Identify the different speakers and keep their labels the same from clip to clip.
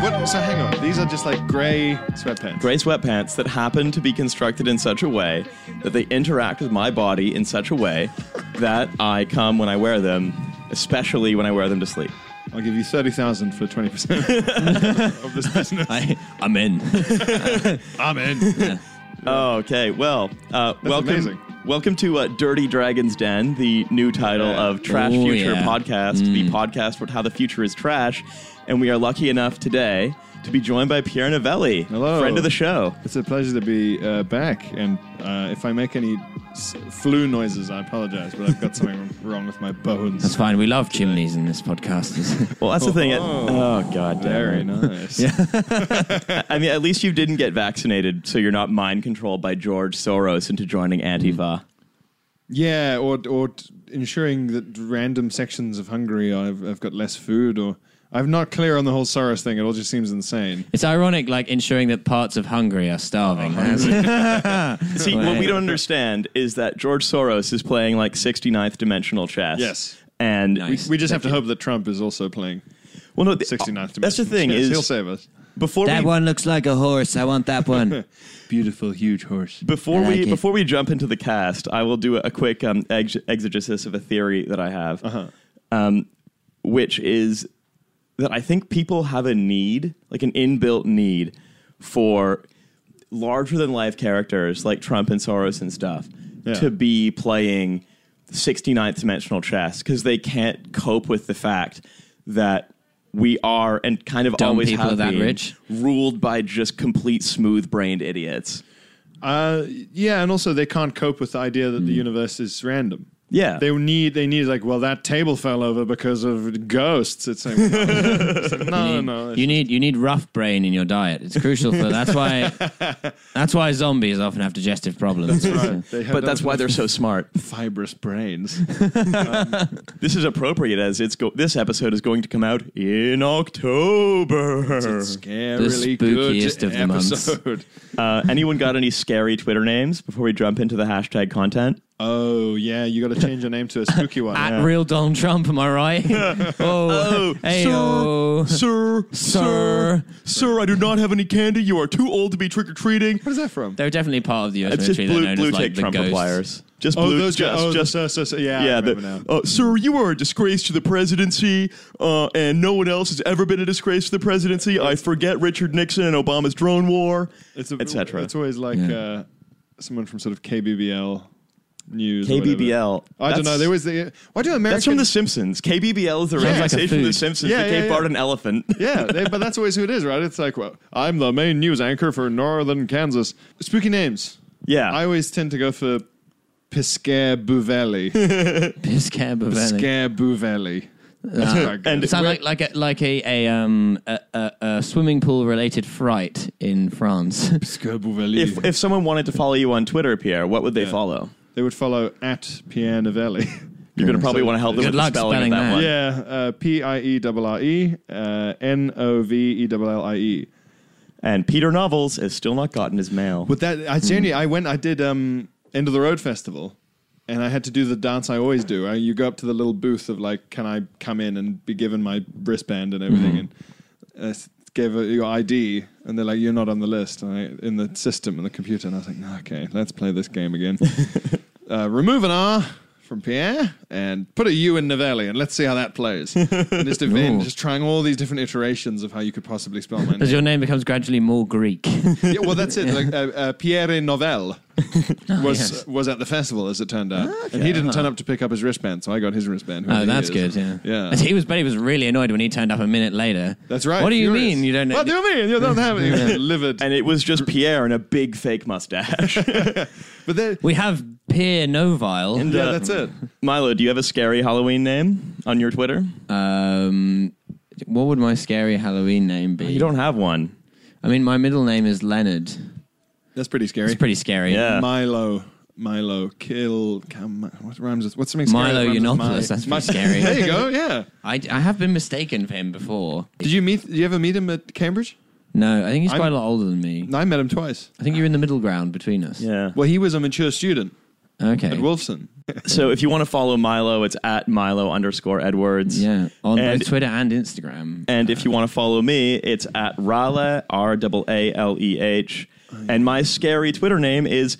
Speaker 1: What? So hang on. These are just like grey sweatpants.
Speaker 2: Grey sweatpants that happen to be constructed in such a way that they interact with my body in such a way that I come when I wear them, especially when I wear them to sleep.
Speaker 1: I'll give you thirty thousand for twenty percent of this business.
Speaker 3: I, I'm in.
Speaker 1: I'm in.
Speaker 2: Okay, well, uh, welcome,
Speaker 1: amazing.
Speaker 2: welcome to uh, Dirty Dragon's Den, the new title
Speaker 1: Yeah.
Speaker 2: of Trash
Speaker 3: Ooh,
Speaker 2: Future
Speaker 3: yeah. Mm.
Speaker 2: podcast, the podcast for how the future is trash, and we are lucky enough today to be joined by Pierre Novelli,
Speaker 1: Hello.
Speaker 2: friend of the show.
Speaker 1: It's a pleasure to be uh, back, and uh, if I make any s- flu noises, I apologize, but I've got something wrong with my bones.
Speaker 3: That's fine. We love chimneys in this podcast.
Speaker 2: Well, that's the thing. it-
Speaker 1: Oh.
Speaker 2: oh god, damn
Speaker 1: Very
Speaker 2: it.
Speaker 1: nice.
Speaker 2: I mean, at least you didn't get vaccinated, so you're not mind controlled by George Soros into joining
Speaker 1: Mm.
Speaker 2: Antifa.
Speaker 1: Yeah, or or t- ensuring that random sections of Hungary have, have got less food, or I'm not clear on the whole Soros thing. It all just seems insane.
Speaker 3: it's ironic, like ensuring that parts of Hungary are starving.
Speaker 1: Oh,
Speaker 2: See, what we don't understand is that George Soros is playing like 69th dimensional chess.
Speaker 1: Yes.
Speaker 2: And
Speaker 3: Nice.
Speaker 1: We just have to hope that Trump is also playing
Speaker 2: well, no, the,
Speaker 1: 69th.
Speaker 2: That's the
Speaker 1: dimension.
Speaker 2: thing
Speaker 1: Yes,
Speaker 2: is
Speaker 1: he'll save us.
Speaker 2: before we,
Speaker 3: one looks like a horse. I want that one.
Speaker 1: Beautiful, huge horse.
Speaker 2: before
Speaker 3: I like
Speaker 2: we
Speaker 3: it.
Speaker 2: before we jump into the cast, I will do a quick um, ex- exegesis of a theory that I have, um, which is that I think people have a need, like an inbuilt need, for larger than life characters like Trump and Soros and stuff
Speaker 1: Yeah.
Speaker 2: to be playing 69th dimensional chess because they can't cope with the fact that we are and kind of
Speaker 3: Dumb
Speaker 2: always
Speaker 3: people
Speaker 2: have
Speaker 3: that
Speaker 2: been
Speaker 3: rich.
Speaker 2: ruled by just complete smooth-brained idiots.
Speaker 1: Uh, yeah, and also they can't cope with the idea that the universe is random.
Speaker 2: Hmm. Yeah.
Speaker 1: They need they need like well that table fell over because of ghosts. It's like, It's like, no, no, no.
Speaker 3: You need you need rough brain in your diet. It's crucial for that's why that's why zombies often have digestive problems.
Speaker 1: They have
Speaker 2: but that's why they're so smart.
Speaker 1: fibrous brains.
Speaker 2: This is appropriate as it's go- this episode is going to come out in October.
Speaker 1: Scarily
Speaker 3: spookiest
Speaker 1: good
Speaker 3: of the months.
Speaker 1: episode.
Speaker 2: Uh, anyone got any scary Twitter names before we jump into the hashtag content?
Speaker 1: Oh yeah, you got to change your name to a spooky one.
Speaker 3: At real Donald Trump, am I right? oh, hey, oh.
Speaker 2: sir,
Speaker 3: Sir.
Speaker 2: sir, I do not have any candy. You are too old to be trick or treating.
Speaker 1: What is that from?
Speaker 3: They're definitely part of the US
Speaker 2: It's just
Speaker 3: military. They're
Speaker 2: blue,
Speaker 3: known
Speaker 2: blue
Speaker 3: as, like,
Speaker 2: tick
Speaker 3: the
Speaker 2: Trump
Speaker 3: ghosts.
Speaker 2: appliers. Just
Speaker 1: Oh,
Speaker 2: blue,
Speaker 1: those
Speaker 2: just,
Speaker 1: guys. Oh,
Speaker 2: just,
Speaker 1: so, so, so, yeah, I
Speaker 2: yeah.
Speaker 1: remember
Speaker 2: the-
Speaker 1: now.
Speaker 2: oh, sir, you are a disgrace to the presidency, uh, and no one else has ever been a disgrace to the presidency. I forget Richard Nixon and Obama's drone war,
Speaker 1: It's a-
Speaker 2: etc.
Speaker 1: It's always like uh, someone from sort of KBBL news. or whatever.
Speaker 2: KBBL.
Speaker 1: I don't
Speaker 2: That's-
Speaker 1: know. There was the why do Americans?
Speaker 2: That's from The Simpsons. KBBL is the radio
Speaker 3: like a
Speaker 2: station of The
Speaker 3: food.
Speaker 2: Simpsons
Speaker 1: Yeah,
Speaker 2: that
Speaker 1: yeah,
Speaker 2: gave
Speaker 1: yeah.
Speaker 2: Bart an elephant.
Speaker 1: yeah, they, but that's always who it is, right? It's like, well, I'm the main news anchor for Northern Kansas. Spooky names.
Speaker 2: Yeah.
Speaker 1: I always tend to go for Piscare Buvelli.
Speaker 3: Piscare Bavelli.
Speaker 1: Piscare Buvelli. That's quite good.
Speaker 2: Uh, and-
Speaker 3: Sound like like a, like a a, um, a, a a swimming pool related fright in France.
Speaker 1: Piscare Buvelli.
Speaker 2: if, if someone wanted to follow you on Twitter, Pierre, what would they follow?
Speaker 1: they would follow at Pierre Novelli.
Speaker 2: You're going to probably
Speaker 1: So-
Speaker 2: want to help them
Speaker 3: Good
Speaker 2: with the
Speaker 3: luck
Speaker 2: spelling,
Speaker 3: spelling
Speaker 2: of that,
Speaker 3: that.
Speaker 2: one.
Speaker 1: yeah, uh, P I E R R E uh, N O V E R L I E.
Speaker 2: And Peter Novels has still not gotten his mail.
Speaker 1: But that I genuinely, I went, I did um, End of the Road Festival, and I had to do the dance I always do. I, you go up to the little booth of like, can I come in and be given my wristband and everything, and uh, s- gave a, your ID, and they're like, you're not on the list and I, in the system in the computer, and I was like, no, okay, let's play this game again. uh, remove an R. From Pierre and put a U in Novelli and let's see how that plays. and just, event, just trying all these different iterations of how you could possibly spell my name.
Speaker 3: As your name becomes gradually more Greek.
Speaker 1: Yeah, well, that's it. Like, uh, uh, Pierre Novell
Speaker 3: Oh,
Speaker 1: was was at the festival, as it turned out, and he didn't turn up to pick up his wristband, so I got his wristband. whoever
Speaker 3: Oh,
Speaker 1: he
Speaker 3: that's
Speaker 1: is.
Speaker 3: good. Yeah.
Speaker 1: yeah,
Speaker 3: And he was, but he was really annoyed when he turned up a minute later.
Speaker 1: that's right.
Speaker 3: What do you
Speaker 1: furious.
Speaker 3: mean you don't know?
Speaker 1: What do you mean you don't have it? He was livid.
Speaker 2: and it was just Pierre and a big fake mustache.
Speaker 1: But then,
Speaker 3: we have Pierre Novile.
Speaker 1: yeah,
Speaker 2: uh,
Speaker 1: that's it.
Speaker 2: Milo, do you have a scary Halloween name on your Twitter?
Speaker 3: Um, what would my scary Halloween name be?
Speaker 2: You don't have one.
Speaker 3: I mean, my middle name is Leonard.
Speaker 1: That's pretty scary.
Speaker 3: It's pretty scary.
Speaker 2: Yeah.
Speaker 1: Milo, Milo, kill. Come, what rhymes with? What's something? Scary
Speaker 3: Milo
Speaker 1: that rhymes with
Speaker 3: Yiannopoulos.
Speaker 1: my-
Speaker 3: That's
Speaker 1: my-
Speaker 3: pretty scary.
Speaker 1: there you go. Yeah.
Speaker 3: I, I have been mistaken for him before.
Speaker 1: Did you meet? Did you ever meet him at Cambridge?
Speaker 3: No, I think he's
Speaker 1: I'm-
Speaker 3: quite a lot older than me.
Speaker 1: I met him twice.
Speaker 3: I think you're in the middle ground between us.
Speaker 2: Yeah.
Speaker 1: Well, he was a mature student
Speaker 3: Okay.
Speaker 1: at Wolfson.
Speaker 2: So if you want to follow Milo, it's at Milo underscore Edwards.
Speaker 3: Yeah. On
Speaker 2: And-
Speaker 3: both Twitter and Instagram.
Speaker 2: And if you want to follow me, it's at Rale, R A A L E H. And my scary Twitter name is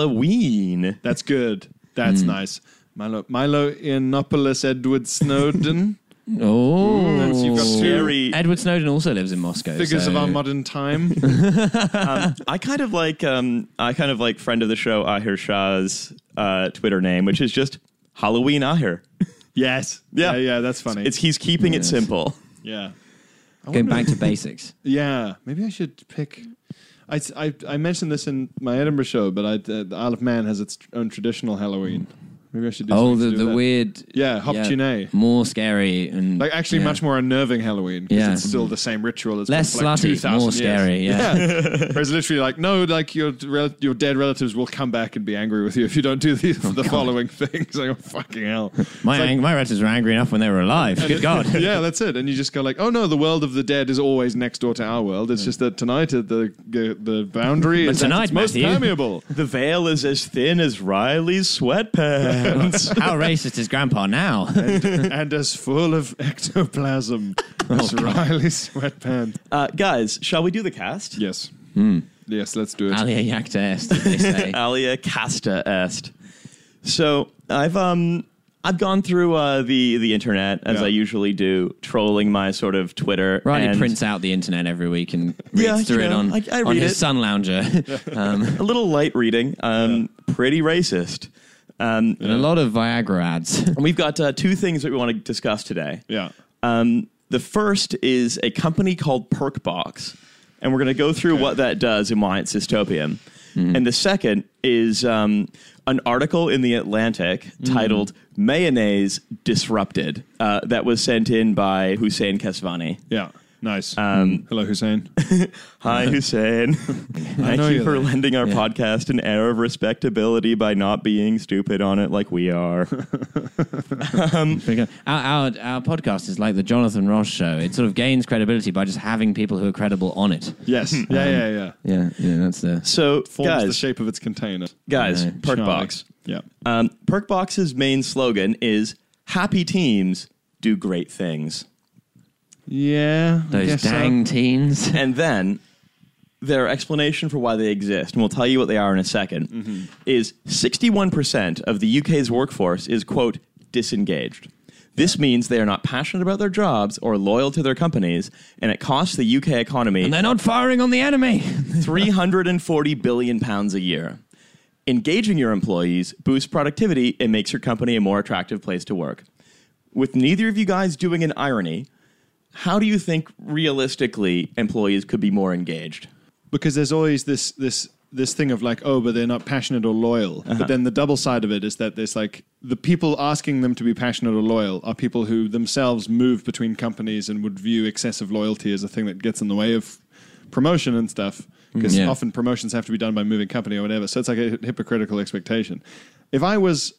Speaker 2: Ralaween.
Speaker 1: That's good. That's
Speaker 3: Hmm.
Speaker 1: nice. Milo Milo Yiannopoulos Edward Snowden.
Speaker 3: Oh.
Speaker 1: That's- you've got
Speaker 2: Scary.
Speaker 3: Edward Snowden also lives in Moscow.
Speaker 1: Figures
Speaker 3: so-
Speaker 1: of our modern time.
Speaker 2: I kind of like um, I kind of like friend of the show Ahir Shah's uh, Twitter name, which is just Halloween Ahir.
Speaker 1: yes.
Speaker 2: Yeah.
Speaker 1: Yeah. that's funny.
Speaker 2: It's he's keeping it simple.
Speaker 1: yeah.
Speaker 3: Going back to basics.
Speaker 1: Yeah, maybe I should pick. I, I, I mentioned this in my Edinburgh show, but I, uh, the Isle of Man has its own traditional Halloween. Maybe I should do.
Speaker 3: Oh,
Speaker 1: something
Speaker 3: the,
Speaker 1: to do
Speaker 3: the
Speaker 1: with that.
Speaker 3: weird.
Speaker 1: Yeah, Hopchine.
Speaker 3: More scary and
Speaker 1: Like actually,
Speaker 3: yeah.
Speaker 1: much more unnerving Halloween because
Speaker 3: Yeah.
Speaker 1: it's still the same ritual. It's
Speaker 3: less
Speaker 1: been for like
Speaker 3: slutty,
Speaker 1: 2,000
Speaker 3: more
Speaker 1: years.
Speaker 3: scary. Yeah.
Speaker 1: Whereas literally, like no, like your rel- your dead relatives will come back and be angry with you if you don't do the,
Speaker 3: Oh,
Speaker 1: the following things. Like oh, fucking hell.
Speaker 3: My
Speaker 1: It's like-
Speaker 3: ang- my relatives were angry enough when they were alive. Good God.
Speaker 1: yeah, that's it. And you just go like, oh no, the world of the dead is always next door to our world. It's just that tonight at the the boundary is at
Speaker 3: tonight,
Speaker 1: its most
Speaker 3: Matthew-
Speaker 1: permeable.
Speaker 2: The veil is as thin as Riley's sweatpants.
Speaker 3: How racist is Grandpa now?
Speaker 1: and as full of ectoplasm
Speaker 3: Oh,
Speaker 1: as Riley's sweatpants.
Speaker 2: uh, guys, shall we do the cast?
Speaker 1: Yes.
Speaker 3: Hmm.
Speaker 1: Yes, let's do it.
Speaker 3: Alia Yakta est, they say.
Speaker 2: Alia Casta est. So I've um I've gone through uh, the the internet as
Speaker 1: Yeah.
Speaker 2: I usually do, trolling my sort of Twitter.
Speaker 3: Riley
Speaker 2: and
Speaker 3: prints out the internet every week and reads
Speaker 2: Yeah,
Speaker 3: through
Speaker 2: you
Speaker 3: it
Speaker 2: know,
Speaker 3: on,
Speaker 2: I- I
Speaker 3: on
Speaker 2: read
Speaker 3: his
Speaker 2: it.
Speaker 3: sun lounger. um,
Speaker 2: a little light reading. Um, pretty racist. Um,
Speaker 3: And a lot of Viagra ads.
Speaker 2: and we've got uh, two things that we want to discuss today.
Speaker 1: Yeah.
Speaker 2: Um, the first is a company called Perkbox, and we're going to go through what that does and why it's dystopian.
Speaker 1: Hmm.
Speaker 2: And the second is um, an article in the Atlantic
Speaker 1: Hmm.
Speaker 2: titled "Mayonnaise Disrupted" uh, that was sent in by Hussein Kesvani.
Speaker 1: Yeah. Nice. Um, Hello, Hussein.
Speaker 2: Hi, Hussein. Thank
Speaker 1: know
Speaker 2: you
Speaker 1: you're
Speaker 2: for
Speaker 1: there.
Speaker 2: lending our podcast an air of respectability by not being stupid on it like we are.
Speaker 3: Pretty good. Our, our, our podcast is like the Jonathan Ross show. It sort of gains credibility by just having people who are credible on it.
Speaker 1: Yes.
Speaker 3: um,
Speaker 1: Yeah, yeah, yeah.
Speaker 3: Yeah, yeah, that's the.
Speaker 2: So,
Speaker 1: Forms the
Speaker 2: guys,
Speaker 1: shape of its container.
Speaker 2: guys,
Speaker 3: Yeah.
Speaker 2: Perkbox.
Speaker 1: Yeah.
Speaker 2: Um, Perkbox's main slogan is "Happy teams do great things,"
Speaker 1: Yeah. I
Speaker 3: Those
Speaker 1: guess so.
Speaker 3: dang teens.
Speaker 2: and then their explanation for why they exist, and we'll tell you what they are in a 2nd is sixty-one percent of the UK's workforce is quote disengaged. This means they are not passionate about their jobs or loyal to their companies, and it costs the UK economy
Speaker 3: And they're not firing on the enemy.
Speaker 2: 340 billion pounds a year. Engaging your employees boosts productivity and makes your company a more attractive place to work. With neither of you guys doing an irony, how do you think realistically employees could be more engaged?
Speaker 1: because there's always this this this thing of like oh but they're not passionate or loyal
Speaker 3: Uh-huh.
Speaker 1: but then the double side of it is that there's like the people asking them to be passionate or loyal are people who themselves move between companies and would view excessive loyalty as a thing that gets in the way of promotion and stuff because
Speaker 3: Mm, Yeah.
Speaker 1: often promotions have to be done by moving company or whatever so it's like a hypocritical expectation if i was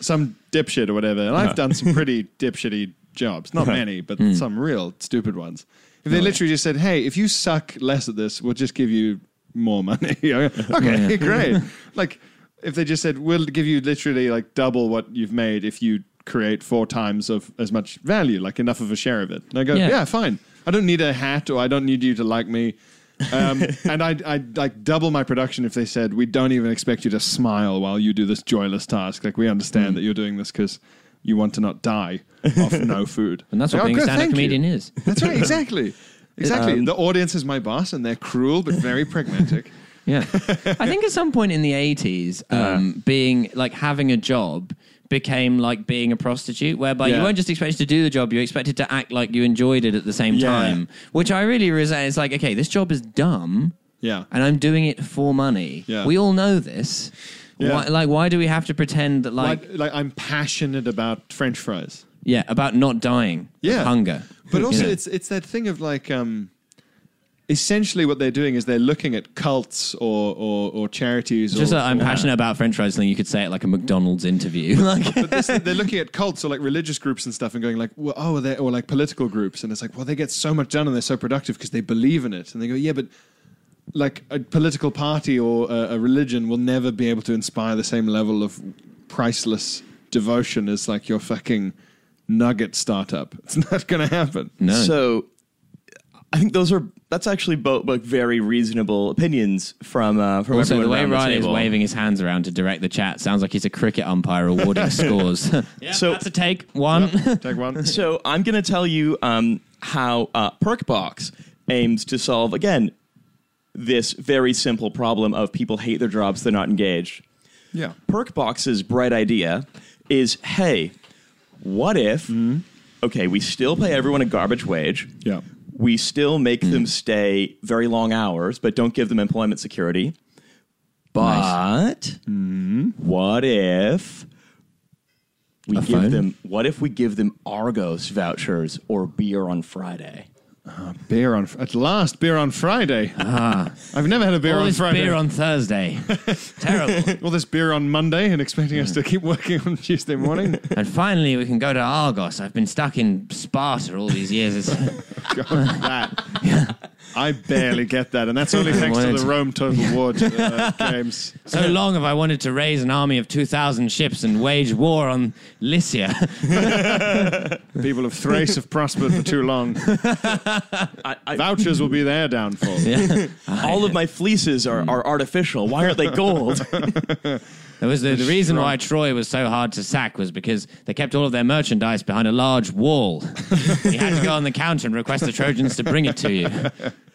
Speaker 1: some dipshit or whatever and i've done some pretty dipshitty jobs not many but some real stupid ones if they literally just said, "Hey, if you suck less at this, we'll just give you more money." You know, okay, great. Like if they just said, "We'll give you literally like double what you've made if you create four times of as much value, like enough of a share of it." And I go,
Speaker 3: Yeah.
Speaker 1: "Yeah, fine. I don't need a hat, or I don't need you to like me." um, and I'd, I'd like double my production if they said we don't even expect you to smile while you do this joyless task. Like we
Speaker 3: Hmm.
Speaker 1: understand that you're doing this because you want to not die off no food.
Speaker 3: And that's what
Speaker 1: Like, oh,
Speaker 3: being a
Speaker 1: good,
Speaker 3: stand up
Speaker 1: thank you.
Speaker 3: comedian is. Um,
Speaker 1: That's right, exactly. Exactly. the audience is my boss, and they're cruel but very pragmatic.
Speaker 3: Yeah. I think at some point in the 80s,
Speaker 1: Uh.
Speaker 3: um, being like having a job became like being a prostitute, whereby you
Speaker 1: Yeah.
Speaker 3: weren't just expected to do the job, you were expected to act like you enjoyed it at the same
Speaker 1: Yeah.
Speaker 3: time, which I really resent. It's like, okay, this job is dumb.
Speaker 1: Yeah.
Speaker 3: And I'm doing it for money.
Speaker 1: Yeah.
Speaker 3: We all know this.
Speaker 1: Yeah.
Speaker 3: Why, like, why do we have to pretend that, like,
Speaker 1: Like, like I'm passionate about French fries.
Speaker 3: yeah, about not dying? of
Speaker 1: Yeah.
Speaker 3: Hunger.
Speaker 1: But also,
Speaker 3: Yeah.
Speaker 1: it's it's that thing of like, um, essentially what they're doing is they're looking at cults or or, or charities.
Speaker 3: Just
Speaker 1: or,
Speaker 3: that I'm
Speaker 1: or-
Speaker 3: passionate about French fries, then you could say it like a McDonald's interview. like,
Speaker 1: But this, they're looking at cults or like religious groups and stuff, and going like, well, oh, they or like political groups, and it's like, well, they get so much done and they're so productive because they believe in it, and they go, yeah, but like a political party or a, a religion will never be able to inspire the same level of priceless devotion as like your fucking nugget startup. It's not going to happen.
Speaker 3: no.
Speaker 2: So I think those are that's actually both like very reasonable opinions from uh, from
Speaker 3: also,
Speaker 2: everyone
Speaker 3: the way
Speaker 2: around
Speaker 3: Ryan
Speaker 2: the
Speaker 3: is
Speaker 2: table.
Speaker 3: waving his hands around to direct the chat sounds like he's a cricket umpire awarding scores.
Speaker 2: So-
Speaker 3: so that's a take one.
Speaker 1: Take one.
Speaker 2: So I'm going to tell you um, how uh, Perkbox aims to solve again this very simple problem of people hate their jobs, they're not engaged.
Speaker 1: Yeah.
Speaker 2: Perkbox's bright idea is, hey, what if? Okay, we still pay everyone a garbage wage.
Speaker 1: Yeah.
Speaker 2: We still make
Speaker 3: Mm.
Speaker 2: them stay very long hours, but don't give them employment security. But what if we
Speaker 3: Mm-hmm. A
Speaker 2: give
Speaker 3: phone?
Speaker 2: them? What if we give them Argos vouchers or beer on Friday?
Speaker 1: Beer on at last. Beer on Friday. I've never had a beer
Speaker 3: Ah. All
Speaker 1: on
Speaker 3: this
Speaker 1: Friday.
Speaker 3: beer on Thursday. Terrible.
Speaker 1: All this beer on Monday, and expecting us to keep working on Tuesday morning.
Speaker 3: And finally, we can go to Argos. I've been stuck in Sparta all these years. It's,
Speaker 1: God, that. I barely get that, and that's only thanks to
Speaker 3: Word.
Speaker 1: the Rome Total War uh, games.
Speaker 3: so long have I wanted to raise an army of 2,000 ships and wage war on Lycia.
Speaker 1: People of Thrace have prospered for too long.
Speaker 2: I, I,
Speaker 1: Vouchers will be their downfall.
Speaker 2: all of my fleeces are,
Speaker 3: Mm.
Speaker 2: are artificial. Why aren't they gold?
Speaker 3: There was the, the reason why Troy was so hard to sack was because they kept all of their merchandise behind a large wall. you had to go on the counter and request the Trojans to bring it to you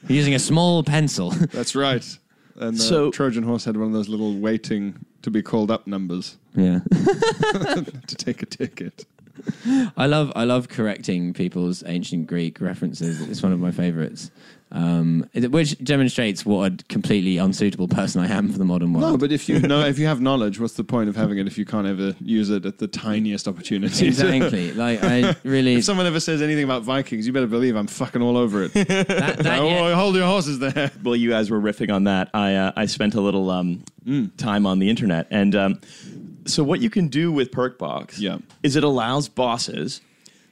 Speaker 3: using a small pencil.
Speaker 1: That's right. And uh,
Speaker 2: So-
Speaker 1: Trojan Horse had one of those little waiting to be called up numbers
Speaker 3: Yeah,
Speaker 1: to take a ticket.
Speaker 3: I love I love correcting people's ancient Greek references. It's one of my favorites, um, it- which demonstrates what a completely unsuitable person I am for the modern world.
Speaker 1: No, but if you know, if you have knowledge, what's the point of having it if you can't ever use it at the tiniest opportunity?
Speaker 3: exactly. Like I really
Speaker 1: If someone ever says anything about Vikings, you better believe I'm fucking all over it.
Speaker 3: that, that,
Speaker 1: oh,
Speaker 3: yeah,
Speaker 1: hold your horses there.
Speaker 2: Well, you guys were riffing on that, I uh, I spent a little um,
Speaker 1: Mm.
Speaker 2: time on the internet, and um, so what you can do with Perkbox
Speaker 1: Yeah.
Speaker 2: is it allows bosses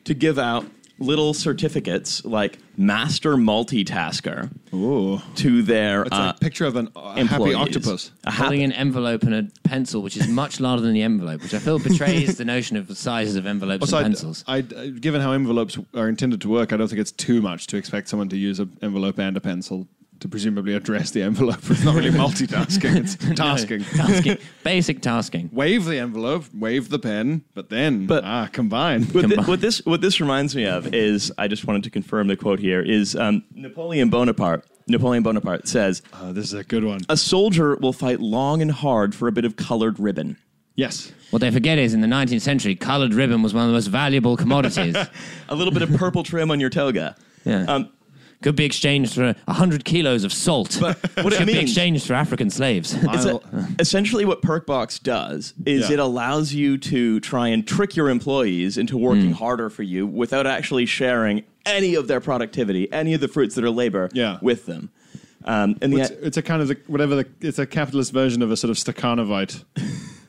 Speaker 2: to give out little certificates like master multitasker
Speaker 1: Ooh.
Speaker 2: to their
Speaker 1: It's
Speaker 2: uh,
Speaker 1: a picture of an uh, happy
Speaker 2: employees.
Speaker 1: octopus.
Speaker 2: A happy-
Speaker 3: holding an envelope and a pencil, which is much larger than the envelope, which I feel betrays the notion of the sizes of envelopes
Speaker 1: Also,
Speaker 3: and
Speaker 1: I'd-
Speaker 3: pencils.
Speaker 1: I'd- uh, given how envelopes are intended to work, I don't think it's too much to expect someone to use an envelope and a pencil to presumably address the envelope. It's not really multitasking; it's tasking.
Speaker 3: tasking, basic tasking.
Speaker 1: Wave the envelope, wave the pen, but then
Speaker 2: But-
Speaker 1: ah, combine.
Speaker 2: What, thi- what this what this reminds me of is I just wanted to confirm the quote here is um, Napoleon Bonaparte. Napoleon Bonaparte says,
Speaker 1: Ah, this is a good one.
Speaker 2: "A soldier will fight long and hard for a bit of colored ribbon."
Speaker 1: yes,
Speaker 3: What they forget is in the 19th century, coloured ribbon was one of the most valuable commodities.
Speaker 2: a little bit of purple trim on your toga.
Speaker 3: Yeah.
Speaker 2: Um,
Speaker 3: Could be exchanged for 100 kilos of salt.
Speaker 2: But what it
Speaker 3: Could be
Speaker 2: means-
Speaker 3: exchanged for African slaves.
Speaker 2: it's a-
Speaker 1: I'll-
Speaker 2: essentially, what Perkbox does is
Speaker 1: Yeah.
Speaker 2: it allows you to try and trick your employees into working
Speaker 1: Hmm.
Speaker 2: harder for you without actually sharing any of their productivity, any of the fruits of their labor
Speaker 1: Yeah.
Speaker 2: with them. Um, and
Speaker 1: it's,
Speaker 2: the,
Speaker 1: it's a kind of the, whatever the it's a capitalist version of a sort of Stakhanovite.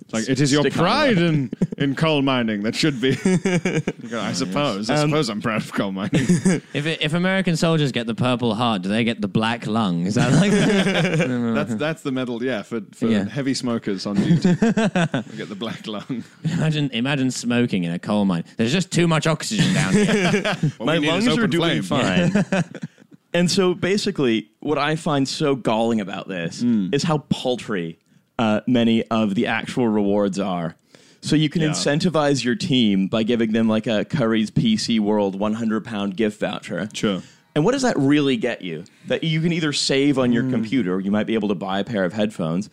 Speaker 1: It's Like it is your
Speaker 2: Stakhanovite.
Speaker 1: pride in, in coal mining that should be. You go, I suppose.
Speaker 2: Um,
Speaker 1: I suppose I'm proud of coal mining.
Speaker 3: if, it, if American soldiers get the purple heart, do they get the black lung? Is that like
Speaker 1: That's that's the medal, yeah, for, for
Speaker 3: Yeah.
Speaker 1: heavy smokers on duty. you get the black lung.
Speaker 3: imagine imagine smoking in a coal mine? There's just too much oxygen down here.
Speaker 1: What
Speaker 2: my
Speaker 1: we need is
Speaker 2: lungs are
Speaker 1: open
Speaker 2: doing
Speaker 1: flame.
Speaker 2: fine. and so, basically, what I find so galling about this
Speaker 1: Hmm.
Speaker 2: is how paltry uh, many of the actual rewards are. So you can
Speaker 1: Yeah.
Speaker 2: incentivize your team by giving them like a Curry's PC World 100 pound gift voucher.
Speaker 1: Sure.
Speaker 2: And what does that really get you? That you can either save on your computer, you might be able to buy a pair of headphones,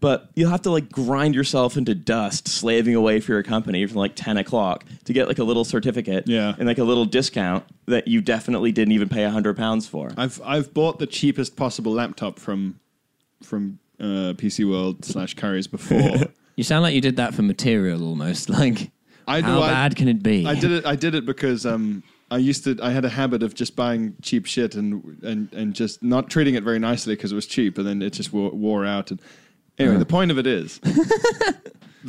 Speaker 2: but you'll have to like grind yourself into dust, slaving away for your company from like 10 o'clock to get like a little certificate
Speaker 1: Yeah.
Speaker 2: and like a little discount that you definitely didn't even pay 100 pounds for.
Speaker 1: I've I've bought the cheapest possible laptop from from uh, PC World slash Curry's before.
Speaker 3: You sound like you did that for material almost. Like,
Speaker 1: I do-
Speaker 3: how
Speaker 1: I-
Speaker 3: bad can it be?
Speaker 1: I did it. I did it because um, I used to I had a habit of just buying cheap shit and and and just not treating it very nicely because it was cheap, and then it just wore, wore out. And anyway, the point of it is,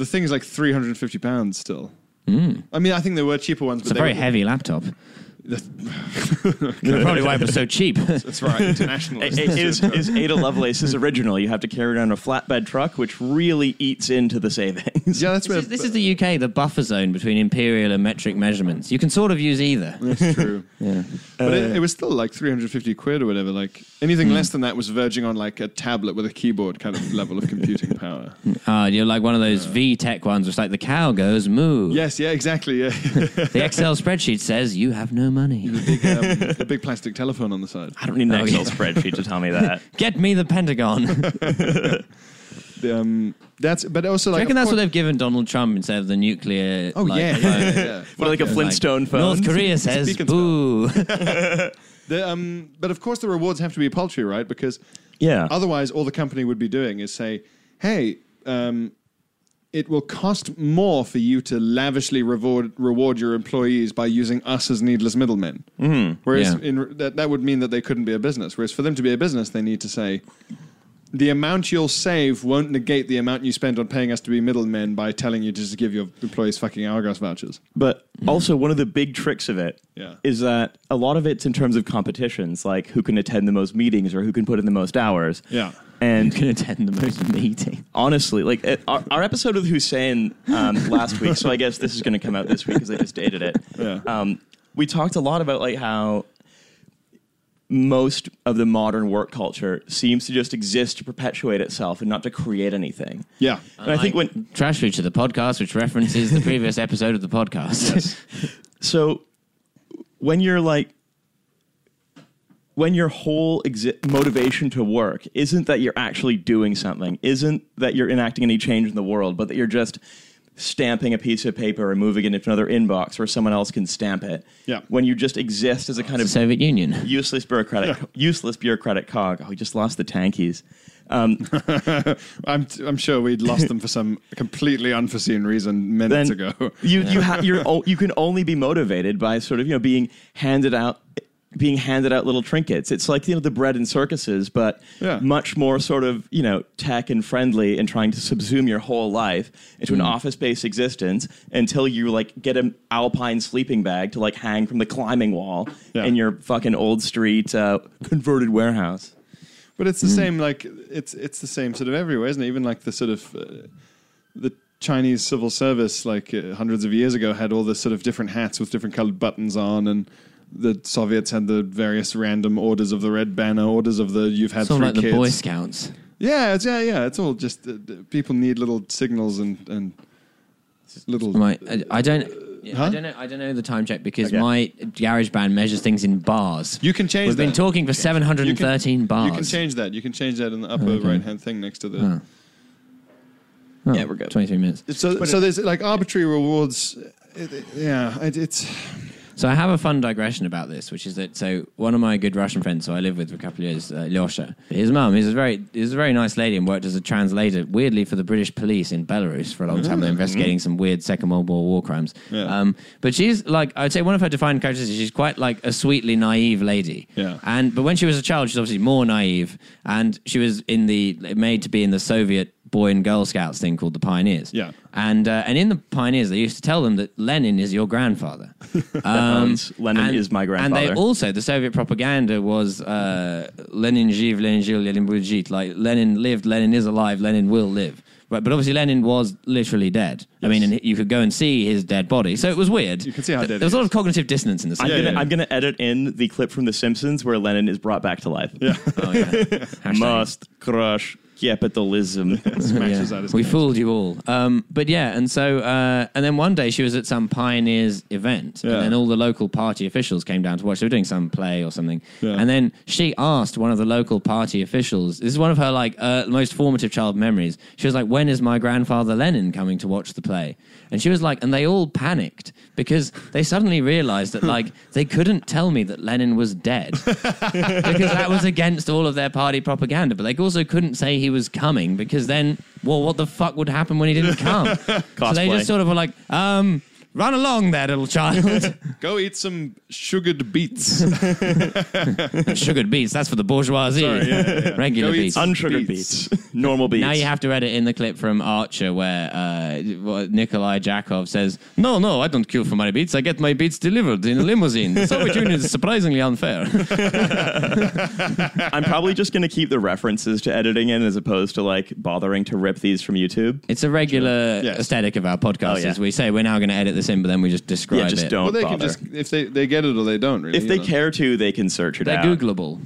Speaker 1: the thing is like three hundred and fifty pounds still. I mean, I think there were cheaper ones.
Speaker 3: Hmm. It's a
Speaker 1: but
Speaker 3: very
Speaker 1: they,
Speaker 3: heavy laptop.
Speaker 1: That's,
Speaker 3: That's probably why it was so cheap.
Speaker 1: that's right, international.
Speaker 2: It- it is, is Ada Lovelace's original. You have to carry it on a flatbed truck, which really eats into the savings.
Speaker 1: yeah, that's
Speaker 3: This
Speaker 1: where
Speaker 3: is, this is the UK, the buffer zone between imperial and metric measurements. You can sort of use either.
Speaker 1: That's true. But it, it was still like 350 quid or whatever. Like anything less than that was verging on like a tablet with a keyboard kind of level of computing power.
Speaker 3: Uh, you're like one of those V Tech ones, which like the cow goes moo.
Speaker 1: yes, yeah, exactly. Yeah.
Speaker 3: The Excel spreadsheet says you have no money.
Speaker 1: big, um, a big plastic telephone on the side.
Speaker 2: I don't need an
Speaker 3: Oh,
Speaker 2: Excel
Speaker 3: yeah.
Speaker 2: spreadsheet to tell me that.
Speaker 3: Get me the Pentagon. Do you
Speaker 1: The, um, that's but also like
Speaker 3: reckon
Speaker 1: of
Speaker 3: that's what
Speaker 1: course-
Speaker 3: they've given Donald Trump instead of the nuclear?
Speaker 1: Oh
Speaker 3: like,
Speaker 1: yeah, yeah, yeah, yeah.
Speaker 2: But like a Flintstone phone.
Speaker 3: North Korea says
Speaker 1: beacon
Speaker 3: boo.
Speaker 1: The, um, but of course, the rewards have to be paltry, right? Because
Speaker 2: Yeah.
Speaker 1: otherwise, all the company would be doing is say, "Hey, um, it will cost more for you to lavishly reward reward your employees by using us as needless middlemen." Mm, Whereas
Speaker 3: Yeah.
Speaker 1: in, that that would mean that they couldn't be a business. Whereas for them to be a business, they need to say. The amount you'll save won't negate the amount you spend on paying us to be middlemen by telling you just to give your employees fucking hourglass vouchers.
Speaker 2: But also, one of the big tricks of it is
Speaker 1: Yeah.
Speaker 2: that a lot of it's in terms of competitions, like who can attend the most meetings or who can put in the most hours.
Speaker 1: Yeah.
Speaker 2: And
Speaker 3: can attend the most meeting.
Speaker 2: honestly, like uh, our, our episode with Hussein um, last week, so I guess this is going to come out this week because I just dated it.
Speaker 1: Yeah.
Speaker 2: Um, we talked a lot about like how most of the modern work culture seems to just exist to perpetuate itself and not to create anything.
Speaker 1: Yeah.
Speaker 2: And I think when
Speaker 3: trash future the podcast, which references the previous episode of the podcast.
Speaker 2: so when you're like when your whole exi- motivation to work isn't that you're actually doing something isn't that you're enacting any change in the world but that you're just stamping a piece of paper and moving it into another inbox where someone else can stamp it
Speaker 1: Yeah.
Speaker 2: when you just exist as a kind
Speaker 3: the
Speaker 2: of
Speaker 3: Soviet Union.
Speaker 2: useless bureaucratic useless bureaucratic cog oh we just lost the tankies um,
Speaker 1: I'm, I'm sure we'd lost them for some completely unforeseen reason minutes
Speaker 2: then
Speaker 1: ago.
Speaker 2: You you ha- you're o- you can only be motivated by sort of you know being handed out being handed out little trinkets. It's like you know the bread and circuses, but
Speaker 1: Yeah.
Speaker 2: much more sort of you know tech and friendly and trying to subsume your whole life into
Speaker 3: Mm-hmm.
Speaker 2: an office based existence until you like get an alpine sleeping bag to like hang from the climbing wall
Speaker 1: Yeah.
Speaker 2: in your fucking old street uh, converted warehouse.
Speaker 1: But it's the
Speaker 3: Hmm.
Speaker 1: same, like it's it's the same sort of everywhere, isn't it? Even like the sort of uh, the Chinese civil service, like uh, hundreds of years ago, had all the sort of different hats with different colored buttons on, and the Soviets had the various random orders of the red banner, orders of the you've had
Speaker 3: It's all
Speaker 1: three
Speaker 3: like
Speaker 1: kids.
Speaker 3: the Boy Scouts.
Speaker 1: Yeah, it's, yeah, yeah. It's all just uh, d- people need little signals and and little.
Speaker 3: My, I, I don't. yeah,
Speaker 1: Huh?
Speaker 3: I don't know. I don't know the time check because
Speaker 2: Okay.
Speaker 3: my garage band measures things in bars.
Speaker 1: You can change.
Speaker 3: We've been
Speaker 1: that.
Speaker 3: talking for seven hundred
Speaker 1: You
Speaker 3: and
Speaker 1: can-
Speaker 3: thirteen bars.
Speaker 1: You can change that. You can change that in the upper right hand thing next to the.
Speaker 3: Oh,
Speaker 2: Yeah, we're good.
Speaker 3: Twenty-three minutes.
Speaker 1: So, so there's like arbitrary rewards. It, it- yeah, it, it's
Speaker 3: So I have a fun digression about this, which is that so one of my good Russian friends, who I lived with for a couple of years, uh, Lyosha, his mum is a very is a very nice lady and worked as a translator, weirdly for the British police in Belarus for a long time, They're investigating some weird Second World War war crimes.
Speaker 1: Mm-hmm. Yeah.
Speaker 3: Um, but she's like I'd say one of her defining characteristics. She's quite like a sweetly naive lady.
Speaker 1: Yeah.
Speaker 3: And but when she was a child, she's obviously more naive, and she was in the made to be in the Soviet boy and girl scouts thing called the Pioneers.
Speaker 1: Yeah.
Speaker 3: And uh, and in the Pioneers, they used to tell them that Lenin is your grandfather. Um,
Speaker 2: Lenin is my grandfather.
Speaker 3: And they also, the Soviet propaganda was uh, Lenin Jiv, Lenin Jil, Lenin Budjit. Like Lenin lived, Lenin is alive, Lenin will live. But, but obviously, Lenin was literally dead. I mean, and you could go and see his dead body. So it was weird. You
Speaker 1: can see how dead
Speaker 3: There was
Speaker 1: he
Speaker 3: a lot of cognitive dissonance in the
Speaker 2: I'm
Speaker 3: Soviet.
Speaker 2: gonna
Speaker 1: yeah.
Speaker 2: I'm gonna edit in the clip from The Simpsons where Lenin is brought back to life.
Speaker 3: Oh, yeah. Hashtag.
Speaker 2: Must crush capitalism.
Speaker 1: smashes
Speaker 3: Yeah.
Speaker 1: out his
Speaker 3: we
Speaker 1: face.
Speaker 3: fooled you all. Um, but yeah, and so uh, and then one day she was at some pioneers event,
Speaker 1: Yeah.
Speaker 3: and then all the local party officials came down to watch. They were doing some play or something,
Speaker 1: Yeah.
Speaker 3: and then she asked one of the local party officials. This is one of her like uh, most formative child memories. She was like, "When is my grandfather Lenin coming to watch the play?" And she was like, and they all panicked because they suddenly realized that like they couldn't tell me that Lenin was dead because that was against all of their party propaganda. But they also couldn't say he was coming because then, well, what the fuck would happen when he didn't come? so they
Speaker 2: Cosplay.
Speaker 3: just sort of were like, um, Run along there, little child.
Speaker 1: Go eat some sugared beets.
Speaker 3: Sugared beets, that's for the bourgeoisie.
Speaker 1: Sorry, yeah, yeah, yeah.
Speaker 3: Regular
Speaker 1: Go eat
Speaker 3: beets.
Speaker 1: some
Speaker 2: Unsugared
Speaker 1: beets.
Speaker 2: beats. Normal beats.
Speaker 3: Now you have to edit in the clip from Archer where uh, what Nikolai Jakov says, No, no, I don't queue for my beats. I get my beats delivered in a limousine. The Soviet Union is surprisingly unfair.
Speaker 2: I'm probably just going to keep the references to editing in as opposed to like bothering to rip these from YouTube.
Speaker 3: It's a regular
Speaker 1: Yes.
Speaker 3: aesthetic of our podcast.
Speaker 2: Oh, yeah.
Speaker 3: As we say, we're now going to edit this in, but then we just describe
Speaker 2: Yeah, just
Speaker 3: it.
Speaker 2: don't
Speaker 1: well, they
Speaker 2: bother.
Speaker 1: can just if they they get it or they don't. Really,
Speaker 2: if they
Speaker 1: you know.
Speaker 2: care to, they can search it
Speaker 3: They're
Speaker 2: out.
Speaker 3: Googleable.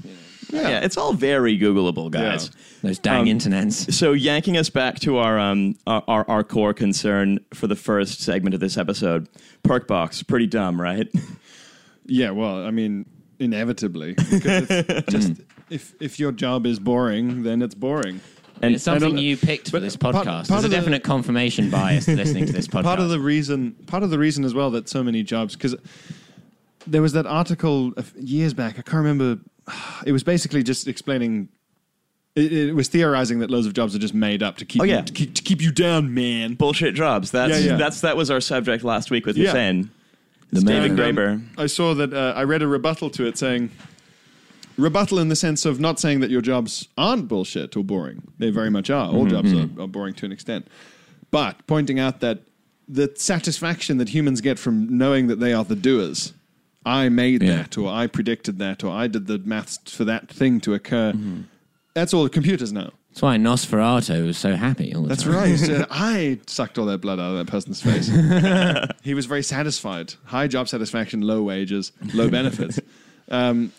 Speaker 2: Yeah. it's all very Googleable, guys.
Speaker 3: Those dang
Speaker 2: Um,
Speaker 3: internets.
Speaker 2: So yanking us back to our um our, our our core concern for the first segment of this episode, perk box, pretty dumb, right?
Speaker 1: Yeah, well, I mean, inevitably, because it's just
Speaker 3: Mm.
Speaker 1: if if your job is boring, then it's boring.
Speaker 2: And
Speaker 3: it's something
Speaker 1: don't-
Speaker 3: you picked for
Speaker 1: but
Speaker 3: this podcast.
Speaker 1: part- part
Speaker 3: There's a
Speaker 1: of the-
Speaker 3: definite confirmation bias to listening to this podcast.
Speaker 1: Part of the reason, part of the reason as well that so many jobs because there was that article a f- years back. I can't remember. It was basically just explaining. It, it was theorizing that loads of jobs are just made up to keep
Speaker 2: Oh,
Speaker 1: you,
Speaker 2: yeah.
Speaker 1: to keep, to keep you down, man.
Speaker 2: bullshit jobs. That's
Speaker 1: Yeah, yeah.
Speaker 2: that's that was our subject last week with
Speaker 1: Yeah.
Speaker 2: Hussein.
Speaker 3: the
Speaker 2: David
Speaker 1: And,
Speaker 3: man.
Speaker 1: um,
Speaker 2: Graeber.
Speaker 1: I saw that uh, I read a rebuttal to it saying rebuttal in the sense of not saying that your jobs aren't bullshit or boring. They very much are.
Speaker 2: Mm-hmm.
Speaker 1: All jobs are, are boring to an extent. But pointing out that the satisfaction that humans get from knowing that they are the doers. I made
Speaker 3: Yeah.
Speaker 1: that, or I predicted that, or I did the maths for that thing to occur.
Speaker 2: Mm-hmm.
Speaker 1: That's all the computers know.
Speaker 3: That's why Nosferatu was so happy all the
Speaker 1: That's
Speaker 3: time.
Speaker 1: right. Uh, I sucked all that blood out of that person's face. he was very satisfied. High job satisfaction, low wages, low benefits. Um,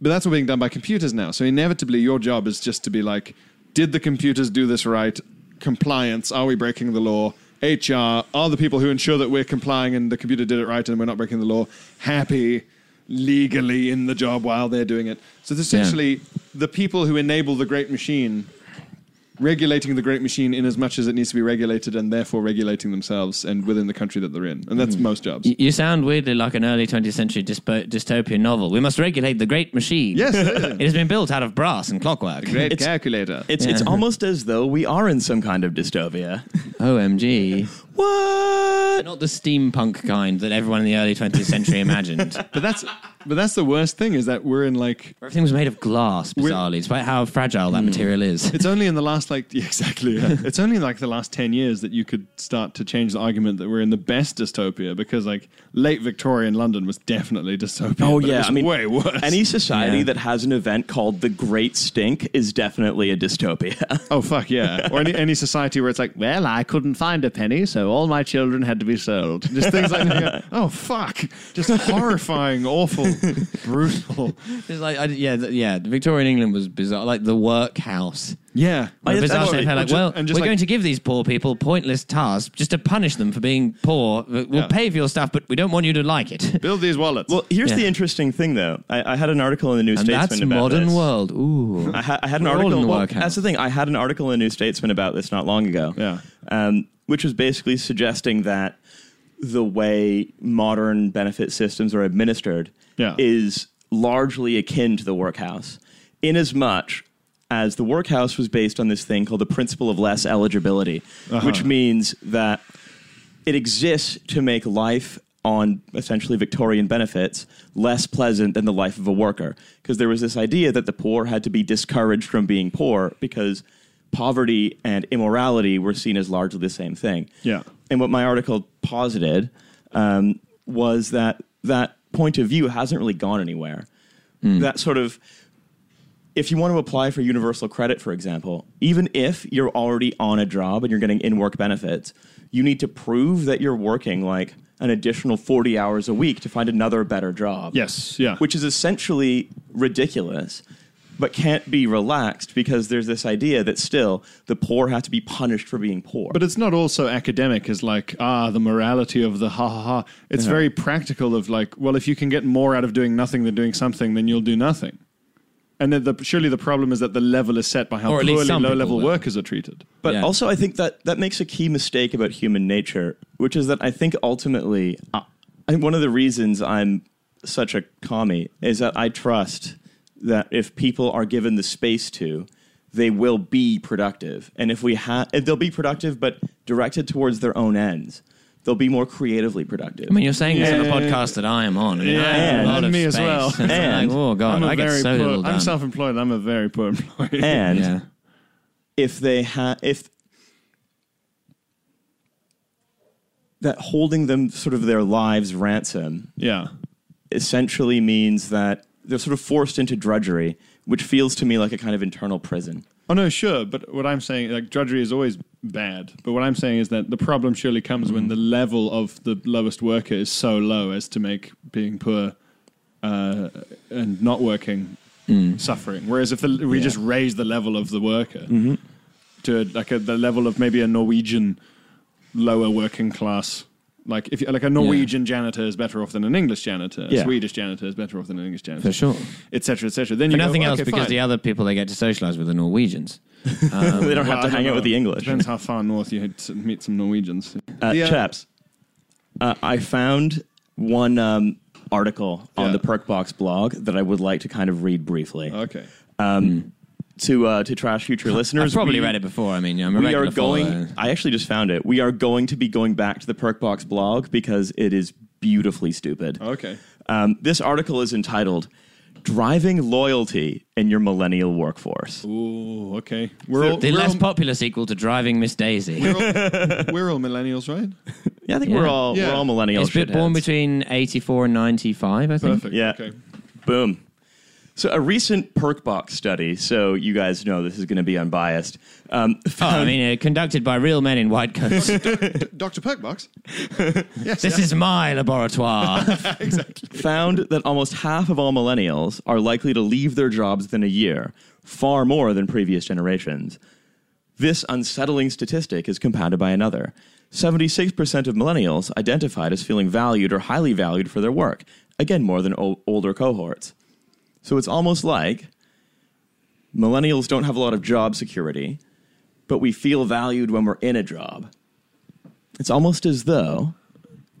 Speaker 1: but that's all being done by computers now. So inevitably, your job is just to be like, did the computers do this right? Compliance? Are we breaking the law? HR? Are the people who ensure that we're complying and the computer did it right and we're not breaking the law happy legally in the job while they're doing it? So it's essentially the people who enable the great machine regulating the great machine in as much as it needs to be regulated and therefore regulating themselves and within the country that they're in. And that's most jobs.
Speaker 3: Y- You sound weirdly like an early 20th century dyspo- dystopian novel. We must regulate the great machine.
Speaker 1: Yes, it is.
Speaker 3: It has been built out of brass and clockwork.
Speaker 1: Great
Speaker 2: It's-
Speaker 1: calculator.
Speaker 2: It's it's almost as though we are in some kind of dystopia.
Speaker 3: OMG.
Speaker 2: What?
Speaker 3: Not the steampunk kind that everyone in the early 20th century imagined.
Speaker 1: but that's but that's the worst thing is that we're in like
Speaker 3: Where Everything was made of glass,
Speaker 1: We're-
Speaker 3: bizarrely, despite how fragile
Speaker 1: Hmm.
Speaker 3: that material is.
Speaker 1: it's only in the last like yeah, exactly yeah. it's only in like the last 10 years that you could start to change the argument that we're in the best dystopia because like late victorian london was definitely dystopian
Speaker 2: Oh
Speaker 1: but it
Speaker 2: yeah,
Speaker 1: was
Speaker 2: I mean,
Speaker 1: way worse
Speaker 2: Any society
Speaker 3: Yeah.
Speaker 2: that has an event called the Great Stink is definitely a dystopia.
Speaker 1: oh fuck yeah or any, any society where it's like well i couldn't find a penny so all my children had to be sold just things like that. Yeah. oh fuck just horrifying awful brutal
Speaker 3: It's like, I, yeah, th- yeah. Victorian England was bizarre, like the workhouse.
Speaker 1: yeah
Speaker 2: Oh, yeah,
Speaker 3: Where bizarre
Speaker 2: that's-
Speaker 3: statement, like,
Speaker 1: and ju-
Speaker 3: well,
Speaker 1: and just
Speaker 3: we're
Speaker 1: like-
Speaker 3: going to give these poor people pointless tasks just to punish them for being poor. We'll
Speaker 1: Yeah.
Speaker 3: pay for your stuff, but we don't want you to like it. and
Speaker 1: build these wallets
Speaker 2: well, here's
Speaker 3: Yeah.
Speaker 2: the interesting thing, though. I, I had an article in the New Statesman
Speaker 3: that's
Speaker 2: about
Speaker 3: modern
Speaker 2: this.
Speaker 3: world. Ooh.
Speaker 2: I, ha- I had an
Speaker 3: Mm-hmm. We're all in
Speaker 2: article.
Speaker 3: the
Speaker 2: well,
Speaker 3: workhouse.
Speaker 2: that's the thing. I had an article in the New Statesman about this not long ago.
Speaker 1: Yeah.
Speaker 2: Um, which was basically suggesting that the way modern benefit systems are administered
Speaker 1: Yeah.
Speaker 2: is largely akin to the workhouse, in as much as the workhouse was based on this thing called the principle of less eligibility,
Speaker 3: Uh-huh.
Speaker 2: which means that it exists to make life on essentially Victorian benefits less pleasant than the life of a worker. Because there was this idea that the poor had to be discouraged from being poor because poverty and immorality were seen as largely the same thing.
Speaker 1: Yeah.
Speaker 2: And what my article posited um, was that that point of view hasn't really gone anywhere.
Speaker 1: Hmm.
Speaker 2: That sort of if you want to apply for universal credit, for example, even if you're already on a job and you're getting in work benefits, you need to prove that you're working like an additional 40 hours a week to find another better job.
Speaker 1: Yes, yeah.
Speaker 2: Which is essentially ridiculous, but can't be relaxed because there's this idea that still the poor have to be punished for being poor.
Speaker 1: But it's not also academic as like, ah, the morality of the ha ha ha. It's very practical of like, well, if you can get more out of doing nothing than doing something, then you'll do nothing. And then the, surely the problem is that the level is set by how
Speaker 3: Or at least
Speaker 1: poorly
Speaker 3: some
Speaker 1: low
Speaker 3: people
Speaker 1: level
Speaker 3: will.
Speaker 1: workers are treated.
Speaker 2: But
Speaker 3: Yeah.
Speaker 2: also, I think that that makes a key mistake about human nature, which is that I think ultimately, uh, I think one of the reasons I'm such a commie is that I trust that if people are given the space to, they will be productive, and if we have, they'll be productive, but directed towards their own ends. they'll be more creatively productive.
Speaker 3: I mean, you're saying this on a
Speaker 1: Yeah.
Speaker 3: podcast that I am on. I mean, I have
Speaker 2: Yeah,
Speaker 3: a lot
Speaker 1: and
Speaker 3: of
Speaker 1: me as
Speaker 3: space.
Speaker 1: well.
Speaker 3: It's like,
Speaker 2: And
Speaker 3: oh god,
Speaker 1: I'm a
Speaker 3: I get
Speaker 1: very
Speaker 3: so
Speaker 1: poor-
Speaker 3: little done.
Speaker 1: I'm self-employed. I'm a very poor employee.
Speaker 2: and
Speaker 3: yeah.
Speaker 2: if they have if that holding them sort of their lives ransom
Speaker 1: yeah,
Speaker 2: essentially means that they're sort of forced into drudgery, which feels to me like a kind of internal prison.
Speaker 1: Oh no, sure, but what I'm saying, like drudgery is always bad. But what I'm saying is that the problem surely comes when
Speaker 3: Mm-hmm.
Speaker 1: the level of the lowest worker is so low as to make being poor uh, and not working
Speaker 3: Mm.
Speaker 1: suffering. Whereas if the, we just raise the level of the worker
Speaker 3: Mm-hmm.
Speaker 1: to like a, the level of maybe a Norwegian lower working class. Like if you- like a Norwegian janitor is better off than an English janitor, a
Speaker 2: Yeah.
Speaker 1: Swedish janitor is better off than an English janitor,
Speaker 3: For sure.
Speaker 1: et cetera, et cetera. Then
Speaker 3: But
Speaker 1: you
Speaker 3: nothing
Speaker 1: go,
Speaker 3: else
Speaker 1: okay,
Speaker 3: because
Speaker 1: fine.
Speaker 3: the other people they get to socialize with are Norwegians.
Speaker 2: they don't have
Speaker 1: Well,
Speaker 2: to
Speaker 1: I
Speaker 2: hang
Speaker 1: don't
Speaker 2: out with
Speaker 1: know.
Speaker 2: the English.
Speaker 1: Depends how far north you hit- meet some Norwegians.
Speaker 2: Uh,
Speaker 1: The, uh,
Speaker 2: chaps, uh, I found one um, article on
Speaker 1: Yeah. Uh,
Speaker 2: the Perkbox blog that I would like to kind of read briefly
Speaker 1: Okay.
Speaker 2: to uh, to trash future listeners.
Speaker 3: I've probably
Speaker 2: we-
Speaker 3: read it before. I mean, I'm a
Speaker 2: we are
Speaker 3: regular
Speaker 2: going.
Speaker 3: follower.
Speaker 2: I actually just found it. We are going to be going back to the Perkbox blog because it is beautifully stupid.
Speaker 1: Okay.
Speaker 2: Um, this article is entitled "Driving Loyalty in Your Millennial Workforce."
Speaker 1: Ooh, okay. We're all,
Speaker 3: The
Speaker 1: we're,
Speaker 3: less
Speaker 1: all,
Speaker 3: popular sequel to Driving Miss Daisy.
Speaker 1: we're all millennials, right?
Speaker 2: Yeah, I think
Speaker 3: Yeah.
Speaker 2: we're all
Speaker 1: Yeah.
Speaker 2: we're all millennial
Speaker 3: It's been born
Speaker 2: shitheads.
Speaker 3: between 84 and 95, I think.
Speaker 1: Perfect.
Speaker 2: Yeah.
Speaker 1: Okay.
Speaker 2: Boom. So a recent Perkbox study. So you guys know this is going to be unbiased. Um,
Speaker 3: Oh, I mean, uh, conducted by real men in white coats.
Speaker 1: Dr. Perkbox? yes.
Speaker 3: this
Speaker 1: yeah.
Speaker 3: is my laboratoire.
Speaker 2: found that almost half of all millennials are likely to leave their jobs within a year, far more than previous generations. This unsettling statistic is compounded by another. 76% of millennials identified as feeling valued or highly valued for their work, again, more than o- older cohorts. So it's almost like millennials don't have a lot of job security, but we feel valued when we're in a job. It's almost as though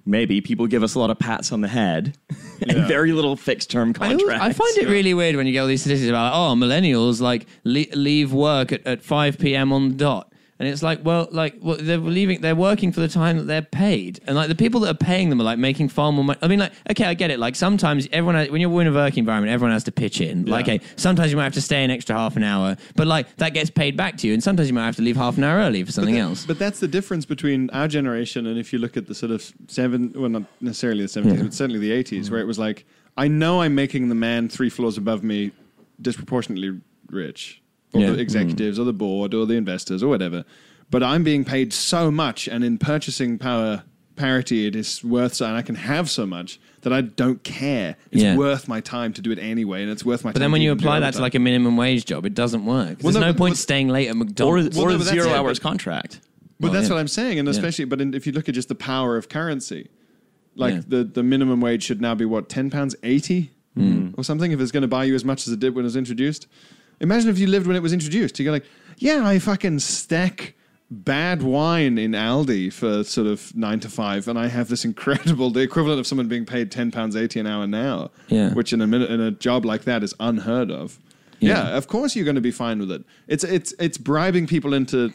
Speaker 2: maybe people give us a lot of pats on the head and
Speaker 1: Yeah.
Speaker 2: very little fixed term
Speaker 3: I, always-
Speaker 2: contracts.
Speaker 3: I find it really weird when you get all these statistics about, oh, millennials like le- leave work at, at 5 p.m. on the dot. And it's like, well, like well, they're leaving, they're working for the time that they're paid, and like the people that are paying them are like making far more money. I mean, like, okay, I get it. Like sometimes everyone, has, when you're in a work environment, everyone has to pitch in. Like, okay, sometimes you might have to stay an extra half an hour, but like that gets paid back to you, and sometimes you might have to leave half an hour early for something else.
Speaker 1: But that's the difference between our generation and if you look at the sort of seven, well, not necessarily the 70s, but certainly the 80s,
Speaker 3: Mm-hmm.
Speaker 1: where it was like, I know I'm making the man three floors above me disproportionately rich, or
Speaker 3: Yeah. Mm-hmm.
Speaker 1: the executives, or the board, or the investors, or whatever. But I'm being paid so much, and in purchasing power parity, it is worth so, and I can have so much that I don't care. It's
Speaker 3: Yeah.
Speaker 1: worth my time to do it anyway, and it's worth my
Speaker 3: But
Speaker 1: time.
Speaker 3: then when
Speaker 1: to
Speaker 3: you
Speaker 1: even do
Speaker 3: apply that to
Speaker 1: overtime.
Speaker 3: like a minimum wage job, it doesn't work. 'Cause
Speaker 1: Well,
Speaker 3: There's
Speaker 1: no,
Speaker 3: no
Speaker 1: but-
Speaker 3: point
Speaker 1: but-
Speaker 3: staying late at
Speaker 2: Or,
Speaker 3: McDonald's.
Speaker 2: or
Speaker 1: no, but
Speaker 2: a
Speaker 1: that's
Speaker 2: zero
Speaker 1: it,
Speaker 2: hours contract.
Speaker 1: But
Speaker 3: Well,
Speaker 1: that's
Speaker 3: yeah.
Speaker 1: what I'm saying, and especially, but in, if you look at just the power of currency, like
Speaker 3: Yeah.
Speaker 1: the, the minimum wage should now be what ten pounds eighty
Speaker 3: Hmm.
Speaker 1: or something if it's going to buy you as much as it did when it was introduced. Imagine if you lived when it was introduced. You go like, yeah, I fucking stack bad wine in Aldi for sort of nine to five, and I have this incredible the equivalent of someone being paid ten pounds eighty an hour now,
Speaker 3: Yeah.
Speaker 1: which in a minute in a job like that is unheard of.
Speaker 3: Yeah.
Speaker 1: Yeah. of course you're going to be fine with it. It's it's it's bribing people into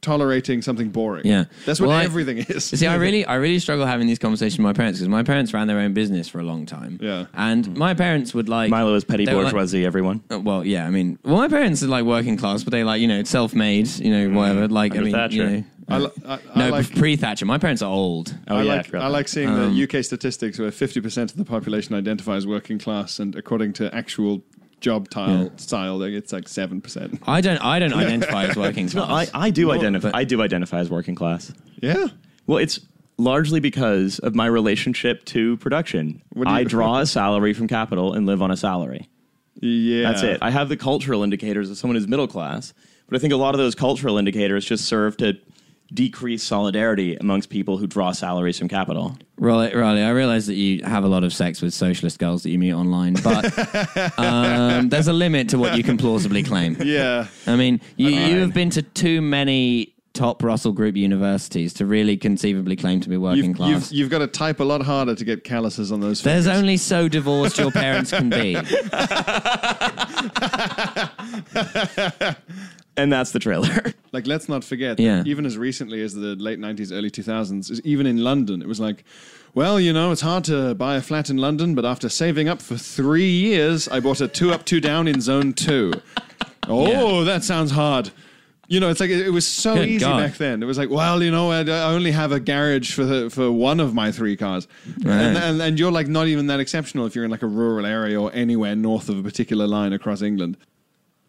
Speaker 1: tolerating something boring.
Speaker 3: Yeah.
Speaker 1: that's what
Speaker 3: Well, I-
Speaker 1: everything is.
Speaker 3: See, I really, I really struggle having these conversations with my parents because my parents ran their own business for a long time.
Speaker 1: Yeah.
Speaker 3: and my parents would like
Speaker 2: Milo is petty
Speaker 3: they were like-
Speaker 2: bourgeoisie, everyone.
Speaker 3: Uh, well, yeah, I mean, well, my parents are like working class, but they like you know self-made, you know whatever. Like, I
Speaker 2: Under
Speaker 3: mean, you
Speaker 2: Thatcher.
Speaker 3: know,
Speaker 1: I, li- I, I
Speaker 3: no
Speaker 1: like.
Speaker 3: pre-Thatcher. My parents are old.
Speaker 2: Oh,
Speaker 1: I
Speaker 2: yeah,
Speaker 1: like,
Speaker 2: forgot
Speaker 1: I
Speaker 2: that.
Speaker 1: like seeing
Speaker 3: um,
Speaker 1: the UK statistics where 50% of the population identifies working class, and according to actual job tile style, like, it's like 7%.
Speaker 3: I don't, I don't identify as working
Speaker 2: No, I,
Speaker 3: class.
Speaker 2: I do identify.
Speaker 3: but-
Speaker 2: I do identify as working class.
Speaker 1: Yeah.
Speaker 2: Well, it's largely because of my relationship to production.
Speaker 1: What do you-
Speaker 2: I draw a salary from capital and live on a salary.
Speaker 1: Yeah.
Speaker 2: That's it. I have the cultural indicators of someone who's middle class, but I think a lot of those cultural indicators just serve to decrease solidarity amongst people who draw salaries from capital.
Speaker 3: Riley, Riley, I realize that you have a lot of sex with socialist girls that you meet online, but um, there's a limit to what you can plausibly claim.
Speaker 1: yeah.
Speaker 3: I mean, you, you have been to too many top Russell Group universities to really conceivably claim to be working
Speaker 1: You've,
Speaker 3: class.
Speaker 1: you've, you've got to type a lot harder to get calluses on those.
Speaker 3: There's
Speaker 1: fingers.
Speaker 3: only so divorced your parents can be.
Speaker 2: and that's the trailer.
Speaker 1: Like, let's not forget,
Speaker 3: Yeah.
Speaker 1: even as recently as the late 90s, early 2000s, is- even in London, it was like, well, you know, it's hard to buy a flat in London, but after saving up for three years, I bought a two up, two down in zone two. oh, that sounds hard. You know, it's like it, it was so
Speaker 3: Good
Speaker 1: easy
Speaker 3: God.
Speaker 1: back then. It was like, well, you know, I, I only have a garage for the, for one of my three cars, and, and and you're like not even that exceptional if you're in like a rural area or anywhere north of a particular line across England.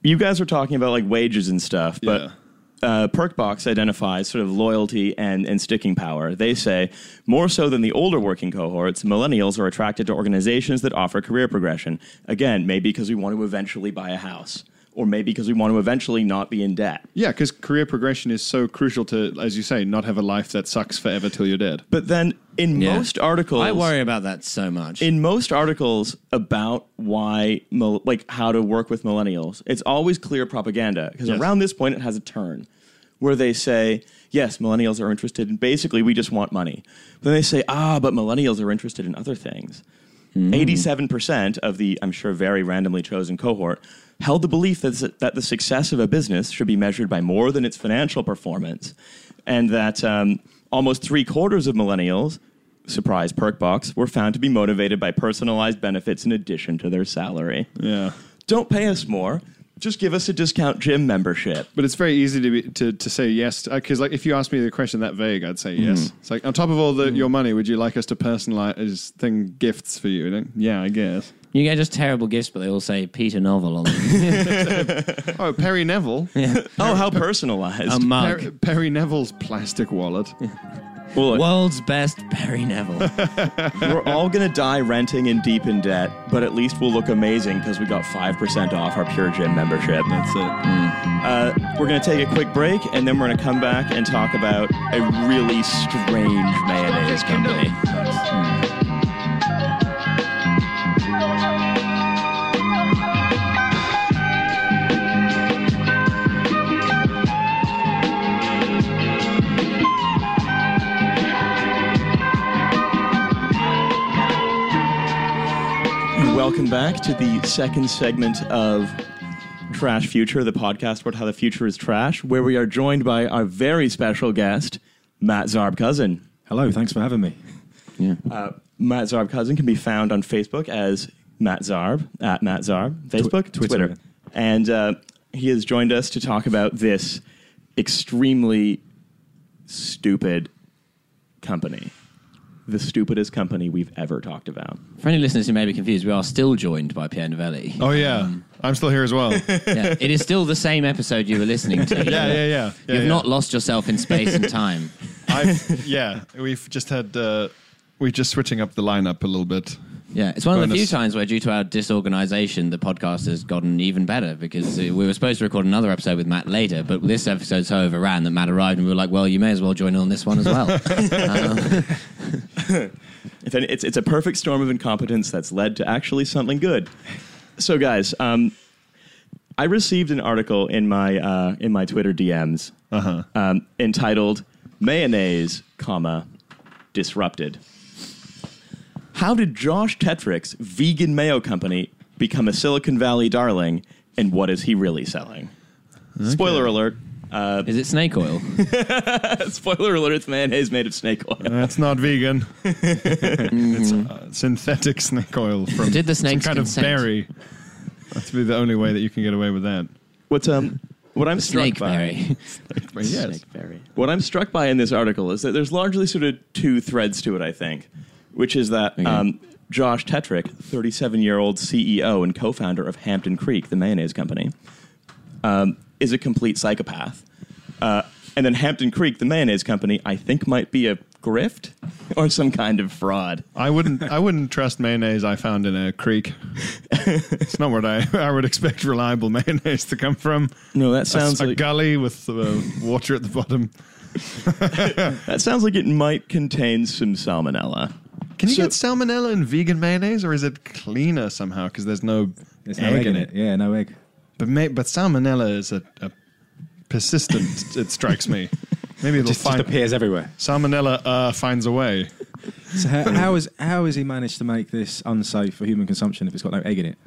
Speaker 2: you guys were talking about like wages and stuff, but
Speaker 1: Yeah.
Speaker 2: uh, Perkbox identifies sort of loyalty and, and sticking power. They say more so than the older working cohorts, millennials are attracted to organizations that offer career progression. Again, maybe because we want to eventually buy a house, or maybe because we want to eventually not be in debt.
Speaker 1: Yeah, because career progression is so crucial to, as you say, not have a life that sucks forever till you're dead.
Speaker 2: But then in
Speaker 3: Yeah.
Speaker 2: most articles,
Speaker 3: I worry about that so much.
Speaker 2: in most articles about why mil- like how to work with millennials it's always clear propaganda because
Speaker 1: Yes.
Speaker 2: around this point it has a turn where they say yes millennials are interested in basically we just want money but then they say ah but millennials are interested in other things 87% of the i'm sure very randomly chosen cohort held the belief that, s- that the success of a business should be measured by more than its financial performance and that um, almost three quarters of millennials surprise perk box were found to be motivated by personalized benefits in addition to their salary.
Speaker 1: Yeah.
Speaker 2: Don't pay us more. Just give us a discount gym membership.
Speaker 1: But it's very easy to be, to, to say yes because like if you asked me the question that vague, I'd say yes. It's like on top of all the, your money, would you like us to personalize thing gifts for you? And then, yeah, I guess.
Speaker 3: you get just terrible gifts, but they all say Peter Novel on them.
Speaker 1: Oh, Perry Neville,
Speaker 2: Oh, how personalized.
Speaker 3: a mug.
Speaker 1: Per- Perry Neville's plastic wallet.
Speaker 2: well, look,
Speaker 3: World's best Perry Neville.
Speaker 2: we're all going to die renting and deep in debt, but at least we'll look amazing because we got 5% off our Pure Gym membership.
Speaker 1: That's it.
Speaker 2: Uh, we're going to take a quick break, and then we're going to come back and talk about a really strange mayonnaise company. Hmm. Welcome back to the second segment of Trash Future, the podcast about how the future is trash, where we are joined by our very special guest, Matt Zarb Cousin. Uh,
Speaker 4: Hello, thanks for having me.
Speaker 2: Matt Zarb Cousin can be found on Facebook as Matt Zarb, at Matt Zarb, Facebook,
Speaker 4: Twitter.
Speaker 2: And uh, he has joined us to talk about this extremely stupid company. The stupidest company we've ever talked about.
Speaker 3: For any listeners who may be confused, we are still joined by Pierre Novelli.
Speaker 1: Oh yeah, I'm still here as well. yeah,
Speaker 3: Yeah, it is still the same episode you were listening to.
Speaker 1: yeah.
Speaker 3: You've not lost yourself in space and time.
Speaker 1: I've, yeah, we've just had. Uh, we're just switching up the lineup a little bit.
Speaker 3: Yeah, it's one of the few
Speaker 1: Bonus.
Speaker 3: times where, due to our disorganization, the podcast has gotten even better because uh, we were supposed to record another episode with Matt later, but this episode so overran that Matt arrived and we were like, well, you may as well join on this one as well.
Speaker 2: If any, it's, it's a perfect storm of incompetence that's led to actually something good. So, guys, um, I received an article in my uh, in my Twitter DMs um, entitled "Mayonnaise, comma disrupted." How did Josh Tetrick's vegan mayo company become a Silicon Valley darling, and what is he really selling? Spoiler alert!
Speaker 3: is it snake oil?
Speaker 2: Spoiler alert! It's mayonnaise made of snake oil.
Speaker 1: That's not vegan. it's uh, synthetic snake oil from
Speaker 3: Did the snakes
Speaker 1: some kind
Speaker 3: consent?
Speaker 1: of berry. That's be the only way that you can get away with that.
Speaker 2: What's um? What I'm struck
Speaker 3: Snake
Speaker 2: by.
Speaker 3: berry.
Speaker 1: But yes,
Speaker 2: What I'm struck by in this article is that there's largely sort of two threads to it, I think, which is that um, Josh Tetrick, 37 year old CEO and co founder of Hampton Creek, the mayonnaise company, um, is a complete psychopath. Uh, and then Hampton Creek, the mayonnaise company, I think might be a grift or some kind of fraud.
Speaker 1: I wouldn't. I wouldn't trust mayonnaise I found in a creek. it's not what I, I would expect reliable mayonnaise to come from.
Speaker 2: No, that sounds
Speaker 1: a,
Speaker 2: like
Speaker 1: gully with uh, water at the bottom.
Speaker 2: that sounds like it might contain some salmonella.
Speaker 1: Can you
Speaker 2: So-
Speaker 1: get salmonella in vegan mayonnaise, or is it cleaner somehow because there's no
Speaker 4: There's no
Speaker 1: egg,
Speaker 4: egg, in it. Yeah, no egg.
Speaker 1: But may, but salmonella is a, a persistent. it strikes me. Maybe it'll
Speaker 4: Just,
Speaker 1: find
Speaker 4: appears everywhere.
Speaker 1: salmonella uh, finds a way.
Speaker 4: So how, how is how has he managed to make this unsafe for human consumption if it's got no egg in it?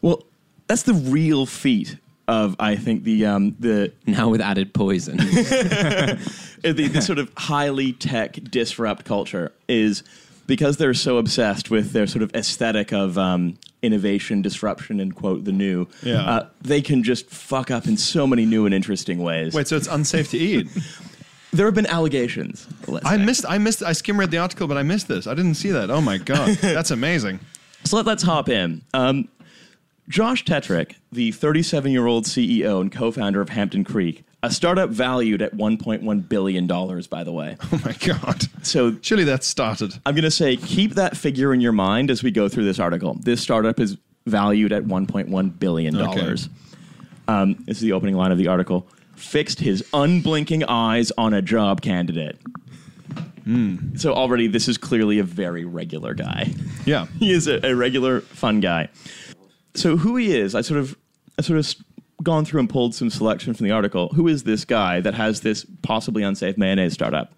Speaker 2: Well, that's the real feat of I think the um, the
Speaker 3: Now with added poison.
Speaker 2: uh, the, the sort of highly tech disrupt culture is because they're so obsessed with their sort of aesthetic of um, innovation, disruption, and quote the new.
Speaker 1: Yeah.
Speaker 2: Uh, they can just fuck up in so many new and interesting ways.
Speaker 1: Wait, so it's unsafe to eat.
Speaker 2: There have been allegations. let's
Speaker 1: I
Speaker 2: say.
Speaker 1: missed. I missed. I skim read the article, but I missed this. I didn't see that. Oh my god, that's amazing.
Speaker 2: So let, us hop in. Um, Josh Tetrick, the 37 year old CEO and co founder of Hampton Creek, a startup valued at $1.1 billion, by the way.
Speaker 1: Oh my god.
Speaker 2: So
Speaker 1: Surely that started.
Speaker 2: I'm going to say keep that figure in your mind as we go through this article. This startup is valued at $1.1 billion. Um, this is the opening line of the article. Fixed his unblinking eyes on a job candidate. So already, this is clearly a very regular guy.
Speaker 1: Yeah.
Speaker 2: he is a, a regular fun guy. So who he is, I sort of, I sort of s- gone through and pulled some selection from the article. Who is this guy that has this possibly unsafe mayonnaise startup?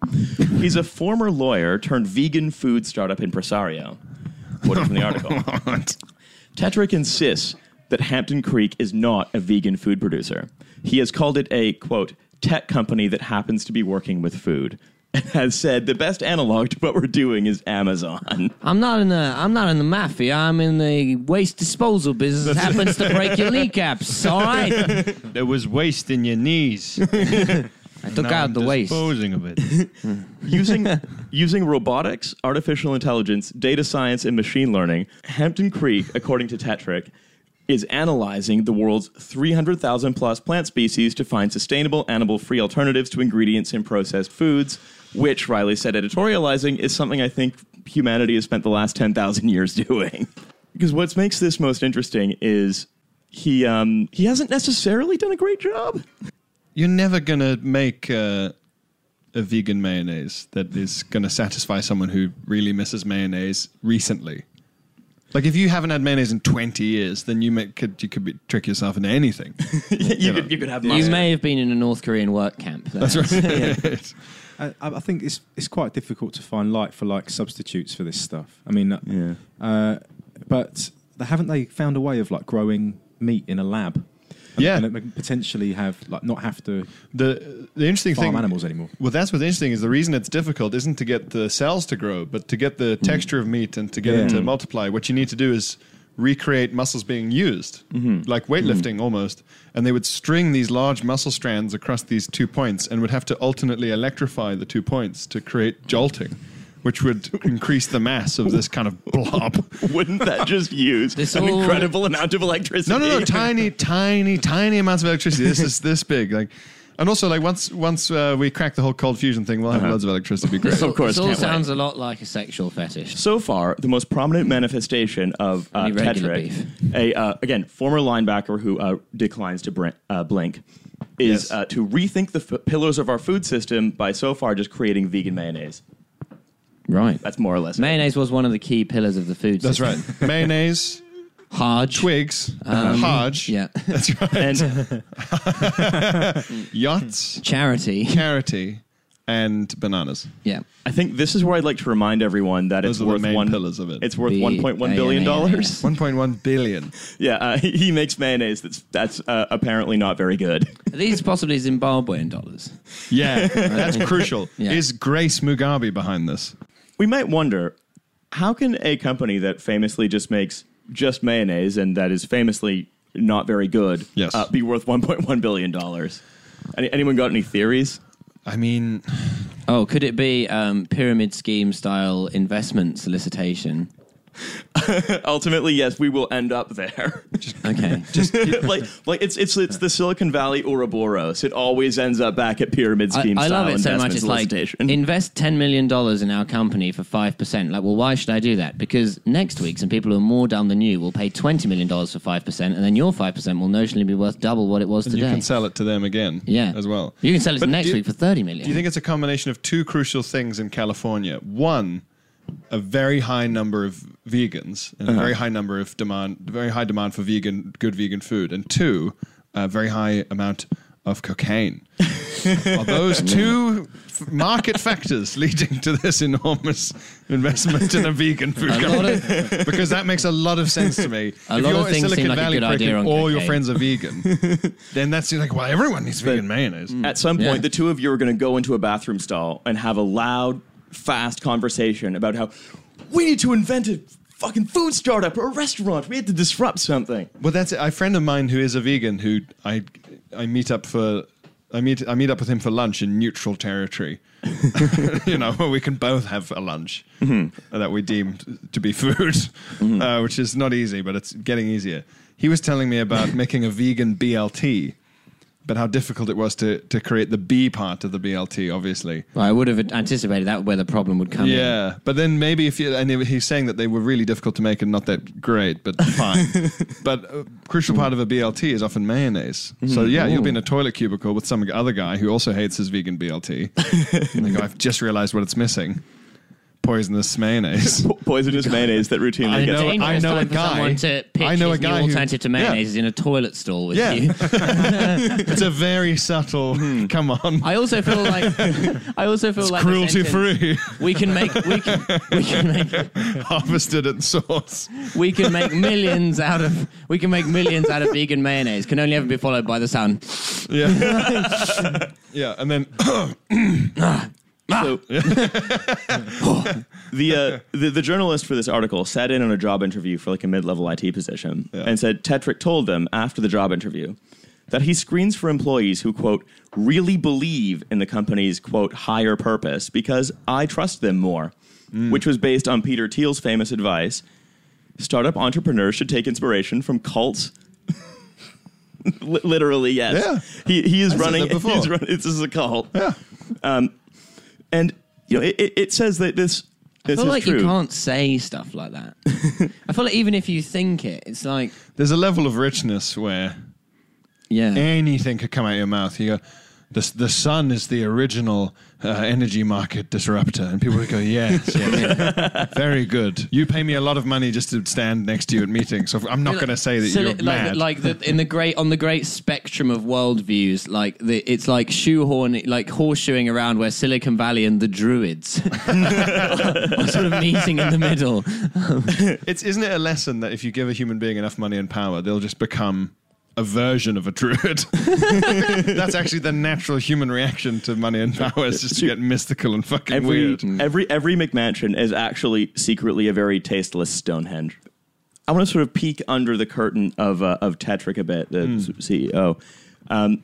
Speaker 2: He's a former lawyer turned vegan food startup impresario. Quoted from the article. Tetrick insists that Hampton Creek is not a vegan food producer. He has called it a, quote, tech company that happens to be working with food and has said the best analog to what we're doing is Amazon.
Speaker 3: I'm not in the I'm not in the mafia. I'm in the waste disposal business. It happens to break your kneecaps. All right.
Speaker 5: There was waste in your knees.
Speaker 3: I took out the waste.
Speaker 5: Disposing of it.
Speaker 2: using using robotics, artificial intelligence, data science, and machine learning, Hampton Creek, according to Tetrick, is analyzing the world's 300,000 plus plant species to find sustainable animal-free alternatives to ingredients in processed foods, which Riley said editorializing is something I think humanity has spent the last 10,000 years doing. because what makes this most interesting is he um, he hasn't necessarily done a great job.
Speaker 1: You're never gonna make uh, a vegan mayonnaise that is gonna satisfy someone who really misses mayonnaise recently. Like if you haven't had mayonnaise in 20 years, then you make, could you could be, trick yourself into anything.
Speaker 2: you, could, you could have
Speaker 3: You may have been in a North Korean work camp. That's right.
Speaker 4: I, I I think it's it's quite difficult to find like for like substitutes for this stuff. I mean,
Speaker 2: Yeah.
Speaker 4: uh, but they- haven't they found a way of like growing meat in a lab? And,
Speaker 1: Yeah.
Speaker 4: and it may potentially have like not have to
Speaker 1: The the interesting
Speaker 4: farm
Speaker 1: thing
Speaker 4: animals anymore.
Speaker 1: Well, that's what's interesting is the reason it's difficult isn't to get the cells to grow, but to get
Speaker 4: Mm-hmm.
Speaker 1: the texture of meat and to get it
Speaker 4: Yeah.
Speaker 1: to multiply. What you need to do is recreate muscles being used,
Speaker 4: Mm-hmm.
Speaker 1: like weightlifting almost. And they would string these large muscle strands across these two points and would have to alternately electrify the two points to create jolting, which would increase the mass of this kind of blob.
Speaker 2: Wouldn't that just use
Speaker 3: This
Speaker 2: an
Speaker 3: whole-
Speaker 2: incredible amount of electricity?
Speaker 1: No, no, no. Tiny, tiny, tiny amounts of electricity. This is this big. Like, and also like once once uh, we crack the whole cold fusion thing, we'll
Speaker 3: Uh-huh.
Speaker 1: have loads of electricity. It'd Be great.
Speaker 3: This all-
Speaker 2: Of course,
Speaker 3: This all
Speaker 2: can't wait.
Speaker 3: sounds a lot like a sexual fetish.
Speaker 2: So far, the most prominent manifestation of uh,
Speaker 3: Any regular
Speaker 2: Tetrick,
Speaker 3: beef.
Speaker 2: a uh, again former linebacker who uh, declines to brin- uh, blink, is
Speaker 1: Yes.
Speaker 2: uh, to rethink the f- pillars of our food system by so far just creating vegan mayonnaise.
Speaker 3: Right.
Speaker 2: That's more or less. it.
Speaker 3: Mayonnaise was one of the key pillars of the food.
Speaker 1: That's
Speaker 3: system.
Speaker 1: right. Mayonnaise,
Speaker 3: Hard.
Speaker 1: twigs, Hodge,
Speaker 3: Um, Yeah.
Speaker 2: and
Speaker 1: yachts,
Speaker 3: Charity.
Speaker 1: charity, and bananas.
Speaker 3: Yeah.
Speaker 2: I think this is where I'd like to remind everyone that
Speaker 1: Those
Speaker 2: it's
Speaker 1: are the
Speaker 2: worth
Speaker 1: main
Speaker 2: one
Speaker 1: pillars of it.
Speaker 2: It's worth
Speaker 3: The
Speaker 2: one point one billion
Speaker 3: mayonnaise.
Speaker 2: dollars.
Speaker 1: 1.1 billion.
Speaker 2: Yeah, uh, he, he makes mayonnaise that's that's uh, apparently not very good.
Speaker 3: Are these possibly Zimbabwean dollars?
Speaker 1: Yeah, that's crucial.
Speaker 3: Yeah.
Speaker 1: Is Grace Mugabe behind this?
Speaker 2: we might wonder how can a company that famously just makes just mayonnaise and that is famously not very good
Speaker 1: Yes.
Speaker 2: uh, be worth 1.1 billion dollars Any, anyone got any theories
Speaker 1: I mean,
Speaker 3: Oh, could it be um, pyramid scheme style investment solicitation?
Speaker 2: ultimately yes we will end up there
Speaker 3: Okay.
Speaker 2: like like it's it's it's the silicon valley ouroboros it always ends up back at pyramid
Speaker 3: I,
Speaker 2: scheme
Speaker 3: I
Speaker 2: style
Speaker 3: love it so much.
Speaker 2: investment
Speaker 3: It's like
Speaker 2: solicitation.
Speaker 3: invest ten million dollars in our company for five percent. Like, well, why should I do that? Because next week, some people who are more dumb than you will pay twenty million dollars for five percent, and then your five percent will notionally be worth double what it was
Speaker 1: and you
Speaker 3: today.
Speaker 1: can sell it to them again
Speaker 3: yeah,
Speaker 1: as well.
Speaker 3: You can sell it
Speaker 1: But
Speaker 3: next
Speaker 1: do-
Speaker 3: week for thirty million.
Speaker 1: Do you think it's a combination of two crucial things in California? One, a very high number of vegans and a very high number of demand, very high demand for vegan, good vegan food, and two, a very high amount of cocaine. Are those two f- market factors leading to this enormous investment in a vegan food
Speaker 6: A
Speaker 1: company?
Speaker 6: lot
Speaker 1: because that makes a lot of sense to me.
Speaker 3: A
Speaker 1: if
Speaker 3: lot of
Speaker 1: you're a
Speaker 3: things seem
Speaker 1: Silicon
Speaker 3: like a
Speaker 1: Valley
Speaker 3: good
Speaker 1: prick
Speaker 3: idea
Speaker 1: and
Speaker 3: on
Speaker 1: all your
Speaker 3: cocaine.
Speaker 1: friends are vegan, then that's like, well, everyone needs vegan mayonnaise.
Speaker 2: At some point,
Speaker 3: Yeah.
Speaker 2: the two of you are going to go into a bathroom stall and have a loud, fast conversation about how we need to invent a fucking food startup or a restaurant. We had to disrupt something.
Speaker 1: Well, that's it. A friend of mine who is a vegan who I I meet up for. I meet I meet up with him for lunch in neutral territory, you know, where we can both have a lunch that we deem to be food, uh, which is not easy, but it's getting easier. He was telling me about making a vegan BLT, but how difficult it was to to create the B part of the BLT, obviously.
Speaker 3: I would have anticipated that where the problem would come in.
Speaker 1: Yeah, but then maybe if you and he- he's saying that they were really difficult to make and not that great, but fine. but a crucial part of a BLT is often mayonnaise.
Speaker 3: Mm-hmm.
Speaker 1: So yeah, you'll be in a toilet cubicle with some other guy who also hates his vegan BLT. and they go, I've just realized what it's missing: poisonous mayonnaise.
Speaker 2: Po- poisonous mayonnaise that routinely
Speaker 1: I
Speaker 2: gets.
Speaker 1: know-
Speaker 3: Dangerous
Speaker 1: I know
Speaker 3: time
Speaker 1: a
Speaker 3: for
Speaker 1: guy-
Speaker 3: Someone to pitch
Speaker 1: I know
Speaker 3: his
Speaker 1: a guy
Speaker 3: new
Speaker 1: who-
Speaker 3: alternative to mayonnaise is in a toilet stall with
Speaker 1: Yeah.
Speaker 3: you.
Speaker 1: it's a very subtle. Come on,
Speaker 3: Hmm. I also feel like I also feel like the
Speaker 1: cruelty free,
Speaker 3: sentence, We can make we can we can make
Speaker 1: harvested at source.
Speaker 3: we can make millions out of we can make millions out of vegan mayonnaise. Can only ever be followed by the sound.
Speaker 1: Yeah, yeah, and then Ah.
Speaker 2: So, the, uh, the the journalist for this article sat in on a job interview for like a mid level IT position
Speaker 1: Yeah.
Speaker 2: and said Tetrick told them after the job interview that he screens for employees who quote really believe in the company's quote higher purpose because I trust them more,
Speaker 1: Mm.
Speaker 2: which was based on Peter Thiel's famous advice: startup entrepreneurs should take inspiration from cults. Li- Literally, yes.
Speaker 1: Yeah.
Speaker 2: He, he is
Speaker 1: said that
Speaker 2: running.
Speaker 1: before.
Speaker 2: He's run, this is a cult.
Speaker 1: yeah,
Speaker 2: Um, And you know, it, it, it says that this.
Speaker 3: I
Speaker 2: This
Speaker 3: feel
Speaker 2: is
Speaker 3: like
Speaker 2: true.
Speaker 3: you can't say stuff like that. I feel like even if you think it, it's like
Speaker 1: there's a level of richness where.
Speaker 3: yeah.
Speaker 1: anything could come out of your mouth. You go, the, the sun is the original uh, energy market disruptor. And people would go, yes, yes. very good. You pay me a lot of money just to stand next to you at meetings. So I'm not going to say that
Speaker 3: So
Speaker 1: you're
Speaker 3: li- like,
Speaker 1: mad.
Speaker 3: like the, in the great on the great spectrum of worldviews, like the, it's like shoehorn, like horseshoeing around where Silicon Valley and the Druids are sort of meeting in the middle.
Speaker 1: it's, isn't it a lesson that if you give a human being enough money and power, they'll just become a version of a druid. That's actually the natural human reaction to money and power is just to get mystical and fucking
Speaker 2: every, Mm.
Speaker 1: weird.
Speaker 2: every every McMansion is actually secretly a very tasteless Stonehenge. I want to sort of peek under the curtain of uh, of Tetrick a bit, the CEO, um,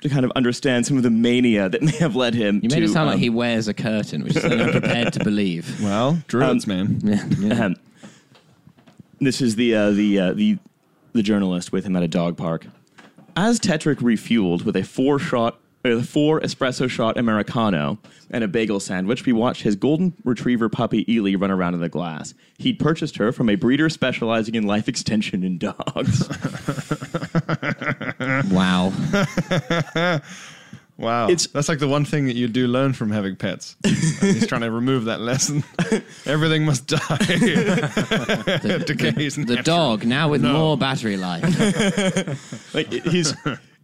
Speaker 2: to kind of understand some of the mania that may have led him.
Speaker 3: You made
Speaker 2: to,
Speaker 3: it sound
Speaker 2: um,
Speaker 3: like he wears a curtain, which is something I'm prepared to believe.
Speaker 1: Well, druids,
Speaker 2: Um,
Speaker 1: man.
Speaker 2: Ahem. This is the uh, the uh, the the journalist with him at a dog park. As Tetrick refueled with a four shot, uh, four espresso shot americano and a bagel sandwich, we watched his golden retriever puppy Ely run around in the glass. He'd purchased her from a breeder specializing in life extension in dogs.
Speaker 3: Wow.
Speaker 1: Wow,
Speaker 2: It's-
Speaker 1: that's like the one thing that you do learn from having pets. And he's trying to remove that lesson. Everything must die. Decays
Speaker 3: The dog, now with more battery life.
Speaker 2: like it- he's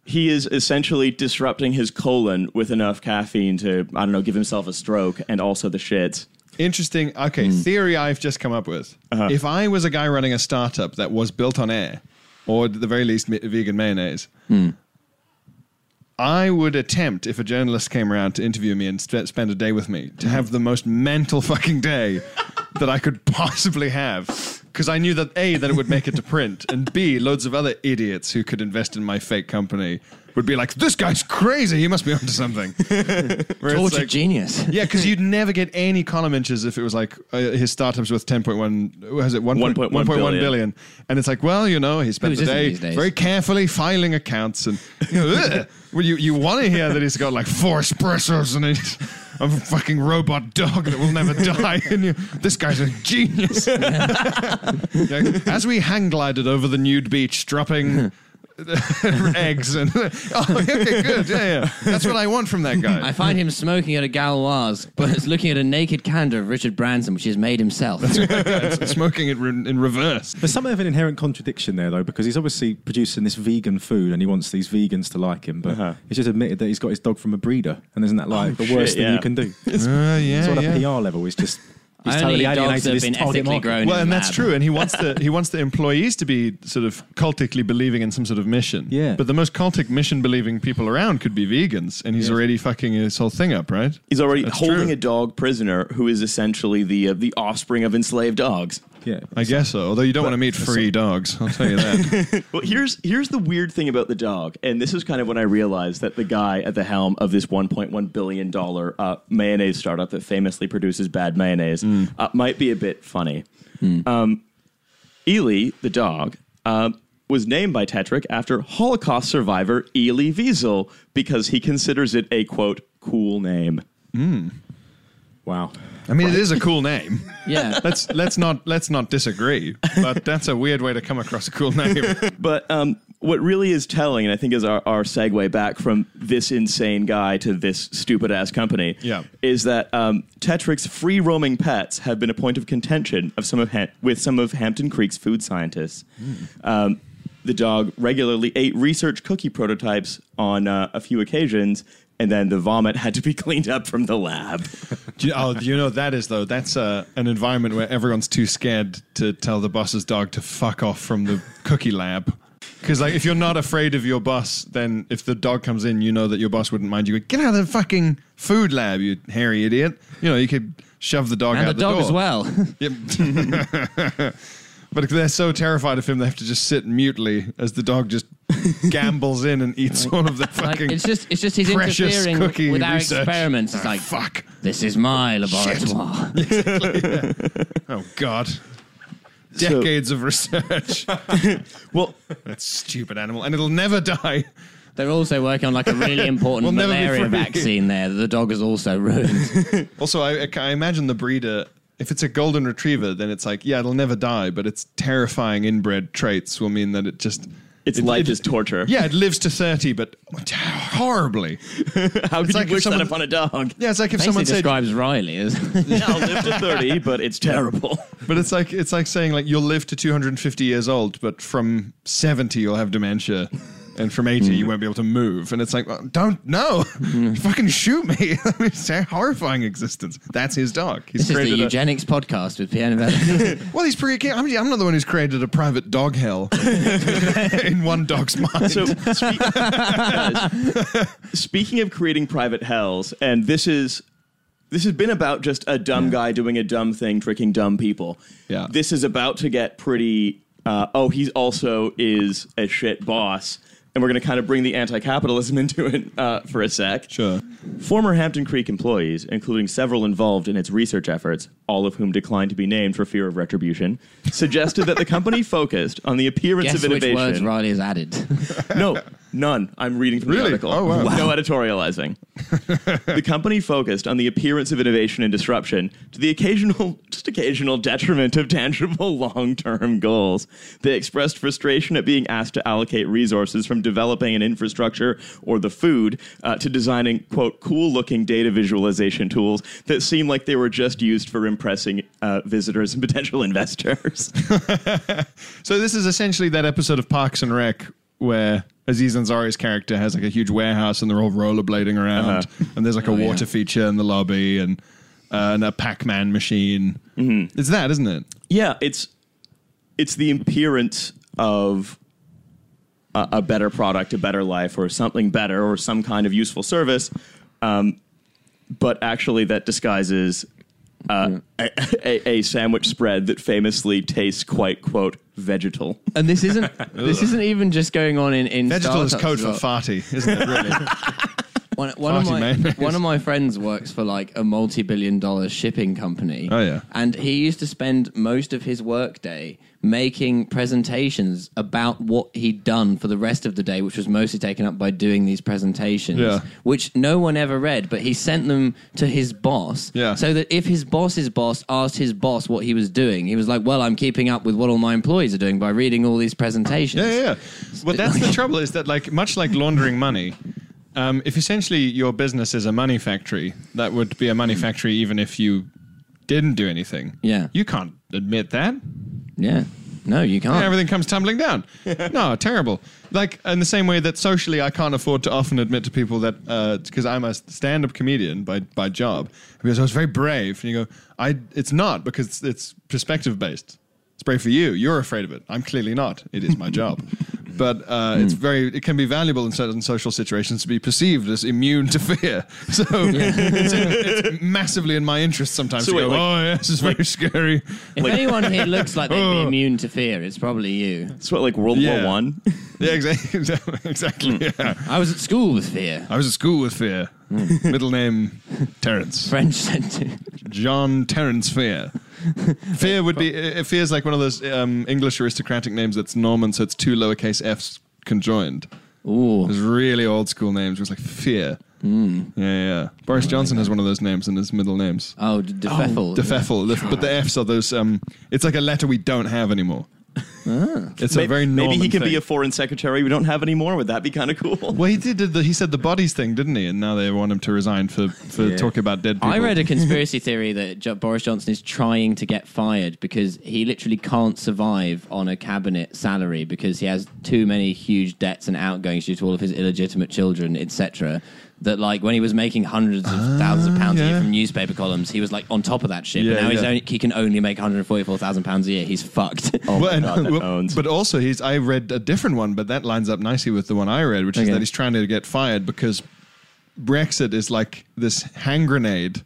Speaker 2: he is essentially disrupting his colon with enough caffeine to I don't know give himself a stroke and also the shits.
Speaker 1: Interesting. Okay, theory I've just come up with. If I was a guy running a startup that was built on air, or at the very least mi- vegan mayonnaise, I would attempt, if a journalist came around to interview me and sp- spend a day with me, to have the most mental fucking day that I could possibly have. Because I knew that A, that it would make it to print, and B, loads of other idiots who could invest in my fake company would be like, this guy's crazy. He must be onto something. Where it's
Speaker 3: Tortured
Speaker 1: like-
Speaker 3: genius.
Speaker 1: yeah, because you'd never get any column inches if it was like uh, his startup's worth 10.1, what is it 1.1
Speaker 2: 1.1
Speaker 1: 1.1 billion.
Speaker 2: billion.
Speaker 1: And it's like, well, you know, he spent
Speaker 3: Whose
Speaker 1: the
Speaker 3: isn't
Speaker 1: day
Speaker 3: these days?
Speaker 1: very carefully filing accounts. And you, know, ugh. well, you, you want to hear that he's got like four espressos and he's a fucking robot dog that will never die. And you, this guy's a genius. Yeah, As we hang glided over the nude beach, dropping eggs and oh, okay, good, yeah, yeah. That's what I want from that guy.
Speaker 3: I find him smoking at a Galois, but it's looking at a naked candor of Richard Branson, which he's made himself.
Speaker 1: It's smoking it re- in reverse.
Speaker 4: There's something of an inherent contradiction there, though, because he's obviously producing this vegan food and he wants these vegans to like him, but he's just admitted that he's got his dog from a breeder, and isn't that like
Speaker 2: Uh-huh.
Speaker 4: the
Speaker 2: Oh, shit,
Speaker 4: worst thing
Speaker 2: yeah.
Speaker 4: you can do?
Speaker 1: Uh,
Speaker 4: it's
Speaker 1: yeah,
Speaker 4: on
Speaker 1: yeah.
Speaker 4: a PR level. He's just he's
Speaker 3: Only
Speaker 4: totally
Speaker 3: dogs
Speaker 4: alienated
Speaker 3: have
Speaker 4: his
Speaker 3: been
Speaker 4: target
Speaker 3: ethically
Speaker 4: market.
Speaker 3: grown.
Speaker 1: Well,
Speaker 3: in
Speaker 1: and
Speaker 3: the
Speaker 1: that's
Speaker 3: lab.
Speaker 1: true. And he wants the he wants the employees to be sort of cultically believing in some sort of mission.
Speaker 4: Yeah.
Speaker 1: But the most cultic mission believing people around could be vegans, and he's already fucking his whole thing up, right?
Speaker 2: He's already
Speaker 1: That's
Speaker 2: holding
Speaker 1: true.
Speaker 2: a dog prisoner who is essentially the uh, the offspring of enslaved dogs.
Speaker 4: Yeah,
Speaker 1: I guess so. Although you don't want to meet free dogs, I'll tell you that.
Speaker 2: Well, here's here's the weird thing about the dog, and this is kind of when I realized that the guy at the helm of this 1.1 billion dollar uh, mayonnaise startup that famously produces bad mayonnaise uh, might be a bit funny. Um, Ely, the dog, um, was named by Tetrick after Holocaust survivor Ely Wiesel because he considers it a quote cool name.
Speaker 4: wow.
Speaker 1: I mean, it is a cool name.
Speaker 3: Yeah.
Speaker 1: Let's let's not let's not disagree. But that's a weird way to come across a cool name.
Speaker 2: But um, what really is telling, and I think is our, our segue back from this insane guy to this stupid ass company,
Speaker 1: Yeah.
Speaker 2: is that um, Tetric's free roaming pets have been a point of contention of some of Ham- with some of Hampton Creek's food scientists.
Speaker 1: Hmm.
Speaker 2: Um, the dog regularly ate research cookie prototypes on uh, a few occasions, and then the vomit had to be cleaned up from the lab.
Speaker 1: Do you, oh, you know what that is though. That's uh, an environment where everyone's too scared to tell the boss's dog to fuck off from the cookie lab. Because like, if you're not afraid of your boss, then if the dog comes in, you know that your boss wouldn't mind. You go, get out of the fucking food lab, you hairy idiot. You know you could shove the dog
Speaker 3: and
Speaker 1: out
Speaker 3: the
Speaker 1: the,
Speaker 3: dog
Speaker 1: door.
Speaker 3: as well.
Speaker 1: Yep. but they're so terrified of him, they have to just sit mutely as the dog just gambles in and eats all of the
Speaker 3: Like,
Speaker 1: fucking.
Speaker 3: it's just it's just he's
Speaker 1: precious
Speaker 3: interfering
Speaker 1: cookie
Speaker 3: with our
Speaker 1: research.
Speaker 3: experiments. It's
Speaker 1: Ah,
Speaker 3: like
Speaker 1: fuck.
Speaker 3: This is my laboratory.
Speaker 1: Oh God. Decades of research.
Speaker 2: well,
Speaker 1: That stupid animal, and it'll never die.
Speaker 3: They're also working on like a really important
Speaker 1: We'll never be
Speaker 3: malaria
Speaker 1: free.
Speaker 3: vaccine there that the dog has also ruined.
Speaker 1: Also, I, I imagine the breeder. If it's a golden retriever, then it's like, yeah, it'll never die, but its terrifying inbred traits will mean that it just.
Speaker 2: its
Speaker 1: it-
Speaker 2: life
Speaker 1: it-
Speaker 2: is torture.
Speaker 1: Yeah, it lives to 30, but horribly.
Speaker 2: How could
Speaker 1: It's
Speaker 2: you
Speaker 1: like if
Speaker 2: wish
Speaker 1: someone-
Speaker 2: that upon a dog?
Speaker 1: Yeah, it's like if
Speaker 3: Basically
Speaker 1: someone said.
Speaker 3: describes Riley as
Speaker 2: Yeah, I'll live to 30, but it's terrible.
Speaker 1: But it's like it's like saying like you'll live to 250 years old, but from 70 you'll have dementia, and from 80
Speaker 3: Mm.
Speaker 1: you won't be able to move. And it's like, well, don't no, fucking shoot me! I mean, it's a horrifying existence. That's his dog. He's
Speaker 3: this is the
Speaker 1: created a-
Speaker 3: eugenics podcast with Piano Valley.
Speaker 1: Well, he's pretty. I'm, I'm not the one who's created a private dog hell in one dog's mind.
Speaker 2: So, spe- guys, speaking of creating private hells, and this is this has been about just a dumb guy doing a dumb thing, tricking dumb people.
Speaker 1: Yeah.
Speaker 2: this is about to get pretty. Uh, oh, he's also is a shit boss, and we're going to kind of bring the anti-capitalism into it uh, for a sec.
Speaker 1: sure.
Speaker 2: Former Hampton Creek employees, including several involved in its research efforts, all of whom declined to be named for fear of retribution, suggested that the company focused on the appearance
Speaker 3: Guess
Speaker 2: of
Speaker 3: which
Speaker 2: innovation.
Speaker 3: words Riley has added.
Speaker 2: No, none. I'm reading from
Speaker 1: Really?
Speaker 2: the article.
Speaker 1: Oh, wow.
Speaker 2: No editorializing. the company focused on the appearance of innovation and disruption to the occasional, just occasional detriment of tangible long term goals. They expressed frustration at being asked to allocate resources from developing an infrastructure or the food uh, to designing, quote, cool looking data visualization tools that seem like they were just used for impressing uh, visitors and potential investors.
Speaker 1: So this is essentially that episode of Parks and Rec where Aziz Ansari's character has like a huge warehouse and they're all rollerblading around,
Speaker 3: Uh-huh.
Speaker 1: and there's like
Speaker 3: Oh,
Speaker 1: a water feature in the lobby and uh, and a Pac-Man machine.
Speaker 3: Mm-hmm.
Speaker 1: It's that, isn't it?
Speaker 2: yeah, it's it's the appearance of a, a better product, a better life, or something better, or some kind of useful service. Um, but actually, that disguises uh, a, a, a sandwich spread that famously tastes quite quote vegetal.
Speaker 3: and this isn't this isn't even just going on in in
Speaker 1: Vegetal is
Speaker 3: startups
Speaker 1: code
Speaker 3: as
Speaker 1: for
Speaker 3: well.
Speaker 1: farty, isn't it? Really?
Speaker 3: One, one of
Speaker 1: Farty
Speaker 3: my
Speaker 1: mayonnaise.
Speaker 3: one of my friends works for like a multi-billion-dollar shipping company.
Speaker 1: Oh, yeah.
Speaker 3: and he used to spend most of his workday making presentations about what he'd done for the rest of the day, which was mostly taken up by doing these presentations,
Speaker 1: Yeah.
Speaker 3: which no one ever read. But he sent them to his boss,
Speaker 1: Yeah.
Speaker 3: so that if his boss's boss asked his boss what he was doing, he was like, "Well, I'm keeping up with what all my employees are doing by reading all these presentations."
Speaker 1: Yeah, yeah, yeah. But that's the trouble is that, like, much like laundering money, um, if essentially your business is a money factory, that would be a money factory even if you didn't do anything.
Speaker 3: Yeah.
Speaker 1: You can't admit that.
Speaker 3: Yeah. No, you can't.
Speaker 1: Everything comes tumbling down. no, terrible. Like, in the same way that socially I can't afford to often admit to people that, because I'm a stand up comedian by, by job, because I was very brave. And you go, I, it's not because it's, it's perspective based. It's brave for you. You're afraid of it. I'm clearly not. It is my job. But uh,
Speaker 2: Hmm.
Speaker 1: it's very. It can be valuable in certain social situations to be perceived as immune to fear. So it's, it's massively in my interest sometimes
Speaker 2: So
Speaker 1: to
Speaker 2: wait,
Speaker 1: go.
Speaker 2: like-
Speaker 1: oh yeah, this is very scary.
Speaker 3: If anyone here looks like they'd be
Speaker 1: Oh.
Speaker 3: immune to fear, it's probably you.
Speaker 2: It's what, like World
Speaker 1: Yeah.
Speaker 2: War One.
Speaker 1: Yeah, exactly. exactly. Yeah.
Speaker 3: I was at school with fear.
Speaker 1: I was at school with Fear.
Speaker 3: Hmm.
Speaker 1: Middle name Terence.
Speaker 3: French said to.
Speaker 1: John Terence Fear. Fear would be uh, Fear is like one of those um, English aristocratic names that's Norman, so it's two lowercase f's conjoined.
Speaker 3: Ooh. Hmm.
Speaker 1: There's really old school names. It was like Fear. Yeah, yeah. Boris Johnson has one of those names in his middle names.
Speaker 3: Oh, d- de Pfeffel.
Speaker 1: The Feffel, the- but the F's are those. Um, it's like a letter we don't have anymore.
Speaker 3: Ah.
Speaker 1: It's a
Speaker 2: May-
Speaker 1: very Norman
Speaker 2: maybe he can
Speaker 1: thing.
Speaker 2: be a foreign secretary we don't have anymore. Would that be kind of cool?
Speaker 1: Well, he did. The, he said the bodies thing, didn't he? And now they want him to resign for for talking about dead people.
Speaker 3: I read a conspiracy theory that jo- Boris Johnson is trying to get fired because he literally can't survive on a cabinet salary because he has too many huge debts and outgoings due to all of his illegitimate children, etc. That like when he was making hundreds of thousands of pounds a year
Speaker 1: Ah, yeah.
Speaker 3: from newspaper columns, he was like on top of that shit.
Speaker 1: Yeah,
Speaker 3: but now he's
Speaker 1: yeah.
Speaker 3: only, he can only make one hundred forty-four thousand pounds a year. He's fucked.
Speaker 1: Well, and-
Speaker 2: God, that
Speaker 1: well,
Speaker 2: owns.
Speaker 1: but also he's. I read a different one, but that lines up nicely with the one I read, which is
Speaker 3: Okay.
Speaker 1: that he's trying to get fired because Brexit is like this hand grenade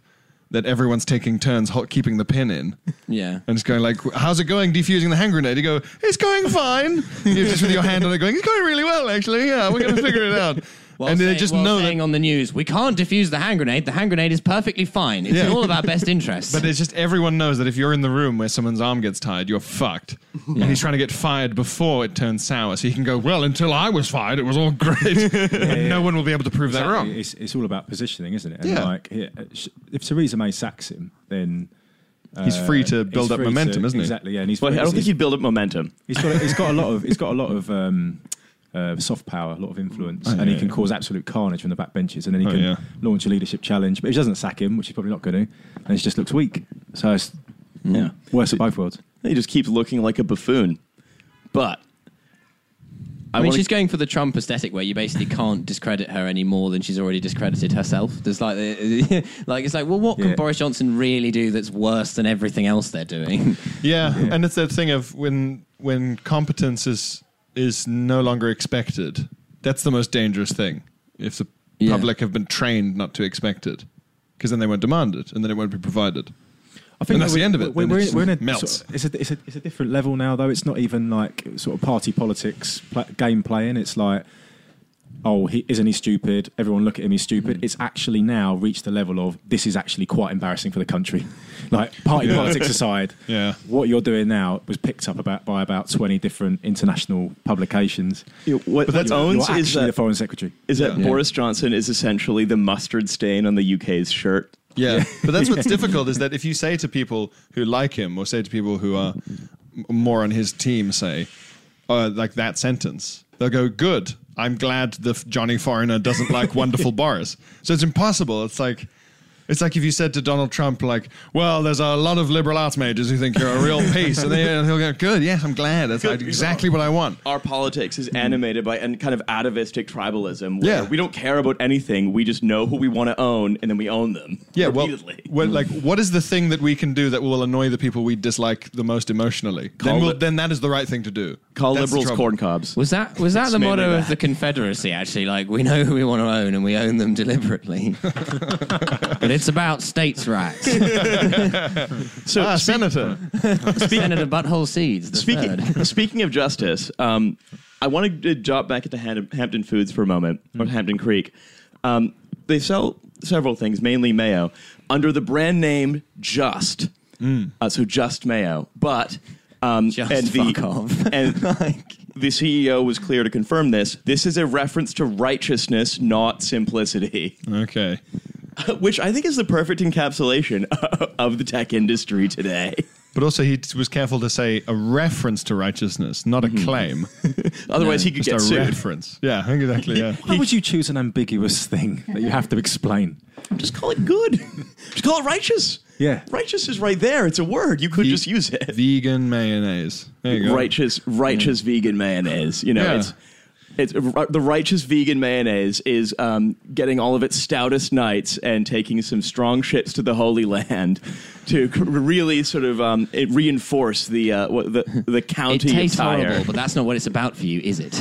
Speaker 1: that everyone's taking turns ho- keeping the pin in.
Speaker 3: yeah.
Speaker 1: And it's going like, how's it going defusing the hand grenade? You go, it's going fine. You're just with your hand on it going, it's going really well, actually. Yeah, we're going to figure it out.
Speaker 3: While
Speaker 1: and they
Speaker 3: saying-
Speaker 1: just
Speaker 3: while
Speaker 1: know that
Speaker 3: saying on the news, we can't defuse the hand grenade. The hand grenade is perfectly fine. It's
Speaker 1: Yeah.
Speaker 3: in all of our best interests.
Speaker 1: But it's just everyone knows that if you're in the room where someone's arm gets tied, you're fucked. And he's trying to get fired before it turns sour, so he can go, "Well, until I was fired, it was all great." and no one will be able to prove that
Speaker 4: Exactly.
Speaker 1: wrong.
Speaker 4: It's, it's all about positioning, isn't it? And
Speaker 1: Yeah.
Speaker 4: Like, yeah, uh, sh- if Theresa May sacks him, then uh,
Speaker 1: He's free to
Speaker 4: he's
Speaker 1: build up
Speaker 4: free
Speaker 1: momentum,
Speaker 4: to-
Speaker 1: isn't he?
Speaker 4: Exactly. Yeah, and he's.
Speaker 2: Well, I
Speaker 4: free-
Speaker 2: don't
Speaker 4: he's-
Speaker 2: think you'd build up momentum.
Speaker 4: he's got. He's got a lot of. He's got a lot of um, uh, soft power, a lot of influence, and he
Speaker 1: Oh, yeah,
Speaker 4: can
Speaker 1: yeah.
Speaker 4: cause absolute carnage from the back benches, and then he
Speaker 1: Oh,
Speaker 4: can
Speaker 1: yeah.
Speaker 4: launch a leadership challenge. But if he doesn't sack him, which he's probably not going to, then he just looks weak. So it's yeah, worst of both worlds.
Speaker 2: He just keeps looking like a buffoon. But
Speaker 3: I mean,
Speaker 2: wanna-
Speaker 3: she's going for the Trump aesthetic where you basically can't discredit her any more than she's already discredited herself. There's like, the- like it's like, well, what can
Speaker 4: Yeah.
Speaker 3: Boris Johnson really do that's worse than everything else they're doing?
Speaker 1: Yeah, and it's that thing of when when competence is is no longer expected. That's the most dangerous thing. If the
Speaker 3: Yeah.
Speaker 1: public have been trained not to expect it, because then they won't demand it, and then it won't be provided.
Speaker 4: I think
Speaker 1: And that's
Speaker 4: that
Speaker 1: the
Speaker 4: we-
Speaker 1: end of it.
Speaker 4: We're,
Speaker 1: Then
Speaker 4: we're,
Speaker 1: it's-
Speaker 4: in- we're in a
Speaker 1: melts.
Speaker 4: sort of- it's, a, it's, a, it's a different level now, though. It's not even like sort of party politics pla game playing. It's like, oh, he, isn't he stupid? Everyone look at him, he's
Speaker 1: Mm.
Speaker 4: stupid. It's actually now reached the level of this is actually quite embarrassing for the country. Like party politics aside,
Speaker 1: Yeah.
Speaker 4: what you're doing now was picked up about by about twenty different international publications.
Speaker 2: what,
Speaker 4: But
Speaker 2: what owns
Speaker 4: actually
Speaker 2: is that,
Speaker 4: the foreign secretary.
Speaker 2: is that Boris Johnson is essentially the mustard stain on the UK's shirt.
Speaker 1: Yeah. but that's what's difficult is that if you say to people who like him or say to people who are m- more on his team, say, uh, like that sentence, they'll go, good. I'm glad the f- Johnny Foreigner doesn't like wonderful bars. So it's impossible. It's like, it's like if you said to Donald Trump, like, well, there's a lot of liberal arts majors who think you're a real piece. And they, and he'll go, good, yes, I'm glad. That's
Speaker 2: Good.
Speaker 1: exactly what I want.
Speaker 2: Our politics is animated by an kind of atavistic tribalism where
Speaker 1: Yeah.
Speaker 2: we don't care about anything. We just know who we want to own and then we own them.
Speaker 1: Yeah, well,
Speaker 2: repeatedly.
Speaker 1: well, like, what is the thing that we can do that will annoy the people we dislike the most emotionally?
Speaker 2: Call
Speaker 1: Then, we'll,
Speaker 2: the-
Speaker 1: then that is the right thing to do.
Speaker 2: Call
Speaker 1: That's the
Speaker 2: liberals
Speaker 1: trouble.
Speaker 2: corn cobs.
Speaker 3: Was that was that the
Speaker 2: It's mainly
Speaker 3: motto of
Speaker 2: that.
Speaker 3: the Confederacy? Actually, like we know who we want to own and we own them deliberately. but it's about states' rights.
Speaker 2: So
Speaker 1: Ah,
Speaker 2: speak-
Speaker 1: senator.
Speaker 3: Senator Butthole Seeds. The third.
Speaker 2: speaking speaking of justice, um,
Speaker 3: Mm-hmm.
Speaker 2: I want to drop back into Ham- Hampton Foods for a moment or Hampton Creek. Um, they sell several things, mainly mayo, under the brand name Just. Uh, so Just Mayo, but um,
Speaker 3: Mm. Just
Speaker 2: and the
Speaker 3: fuck off.
Speaker 2: and the CEO was clear to confirm this. This is a reference to righteousness, not simplicity,
Speaker 1: Okay.
Speaker 2: which I think is the perfect encapsulation of the tech industry today.
Speaker 1: But also, he t- was careful to say a reference to righteousness, not a claim.
Speaker 2: Otherwise, he Mm-hmm. could
Speaker 1: Just a
Speaker 2: get sued.
Speaker 1: reference. Yeah, exactly. Yeah.
Speaker 4: Why would you choose an ambiguous thing that you have to explain?
Speaker 2: Just call it good. just call it righteous.
Speaker 4: Yeah.
Speaker 2: righteous is right there. It's a word. You could just use it.
Speaker 1: Vegan mayonnaise. There you go.
Speaker 2: righteous righteous vegan mayonnaise. You know,
Speaker 1: Yeah.
Speaker 2: it's it's the righteous vegan mayonnaise is um, getting all of its stoutest nights and taking some strong shits to the Holy Land to c- really sort of um, it reinforce the uh, what, the the
Speaker 3: It
Speaker 2: county
Speaker 3: tastes
Speaker 2: attire.
Speaker 3: horrible, but that's not what it's about for you, is it?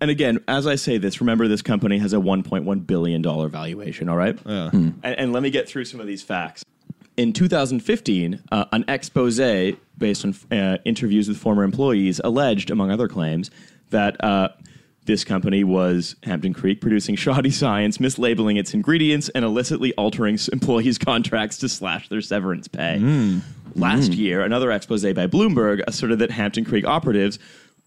Speaker 2: And again, as I say this, remember this company has a 1.1 billion dollar valuation. All right.
Speaker 1: Yeah.
Speaker 2: And, and let me get through some of these facts. In 2015, uh, an expose based on uh, interviews with former employees alleged, among other claims, that uh, this company was Hampton Creek producing shoddy science, mislabeling its ingredients, and illicitly altering s- employees' contracts to slash their severance pay. Last year, another expose by Bloomberg asserted that Hampton Creek operatives.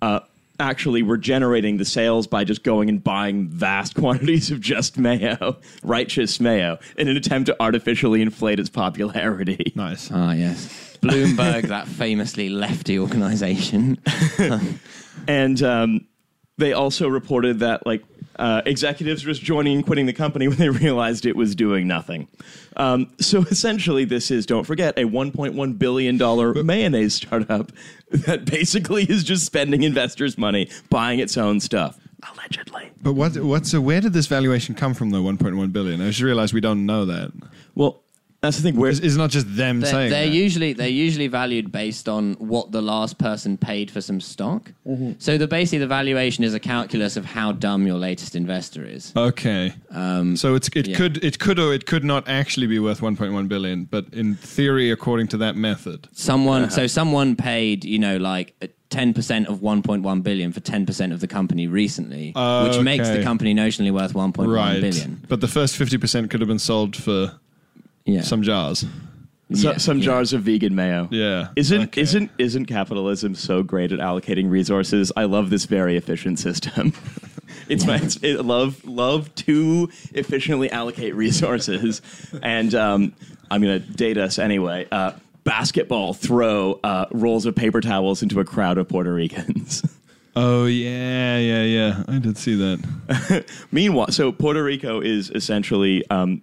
Speaker 2: Uh, Actually, were generating the sales by just going and buying vast quantities of just mayo, righteous mayo, in an attempt to artificially inflate its popularity.
Speaker 1: Nice.
Speaker 3: Ah, yes. Bloomberg, that famously lefty organization.
Speaker 2: and um, they also reported that like uh, executives were just joining and quitting the company when they realized it was doing nothing. Um, so essentially, this is don't forget a 1.1 billion dollar mayonnaise startup that basically is just spending investors' money buying its own stuff, allegedly.
Speaker 1: But what? What's uh, where did this valuation come from? Though 1.1 billion. I just realized we don't know that.
Speaker 2: Well, that's the thing. Where
Speaker 1: It's, it's not just them
Speaker 3: They're,
Speaker 1: saying
Speaker 3: they're
Speaker 1: that.
Speaker 3: usually they're usually valued based on what the last person paid for some stock.
Speaker 1: Mm-hmm.
Speaker 3: So the basically the valuation is a calculus of how dumb your latest investor is.
Speaker 1: Okay. so it's it
Speaker 3: Um, yeah.
Speaker 1: could it could or it could not actually be worth 1.1 billion, but in theory, according to that method,
Speaker 3: Someone so someone paid you know like uh, ten percent of one point one billion for ten percent of the company recently, which makes
Speaker 1: Okay.
Speaker 3: the company notionally worth one point
Speaker 1: right?
Speaker 3: one billion.
Speaker 1: But the first 50 percent could have been sold for
Speaker 3: Yeah.
Speaker 1: some jars.
Speaker 2: so,
Speaker 3: yeah,
Speaker 2: some
Speaker 3: yeah.
Speaker 2: jars of vegan mayo.
Speaker 1: Yeah.
Speaker 2: Isn't
Speaker 1: Okay.
Speaker 2: isn't isn't capitalism so great at allocating resources? I love this very efficient system. it's my it's, it, love love to efficiently allocate resources, and um, I'm gonna date us anyway. Uh, basketball throw uh, rolls of paper towels into a crowd of Puerto Ricans.
Speaker 1: Oh yeah, yeah, yeah. I did see that.
Speaker 2: Meanwhile, so Puerto Rico is essentially um,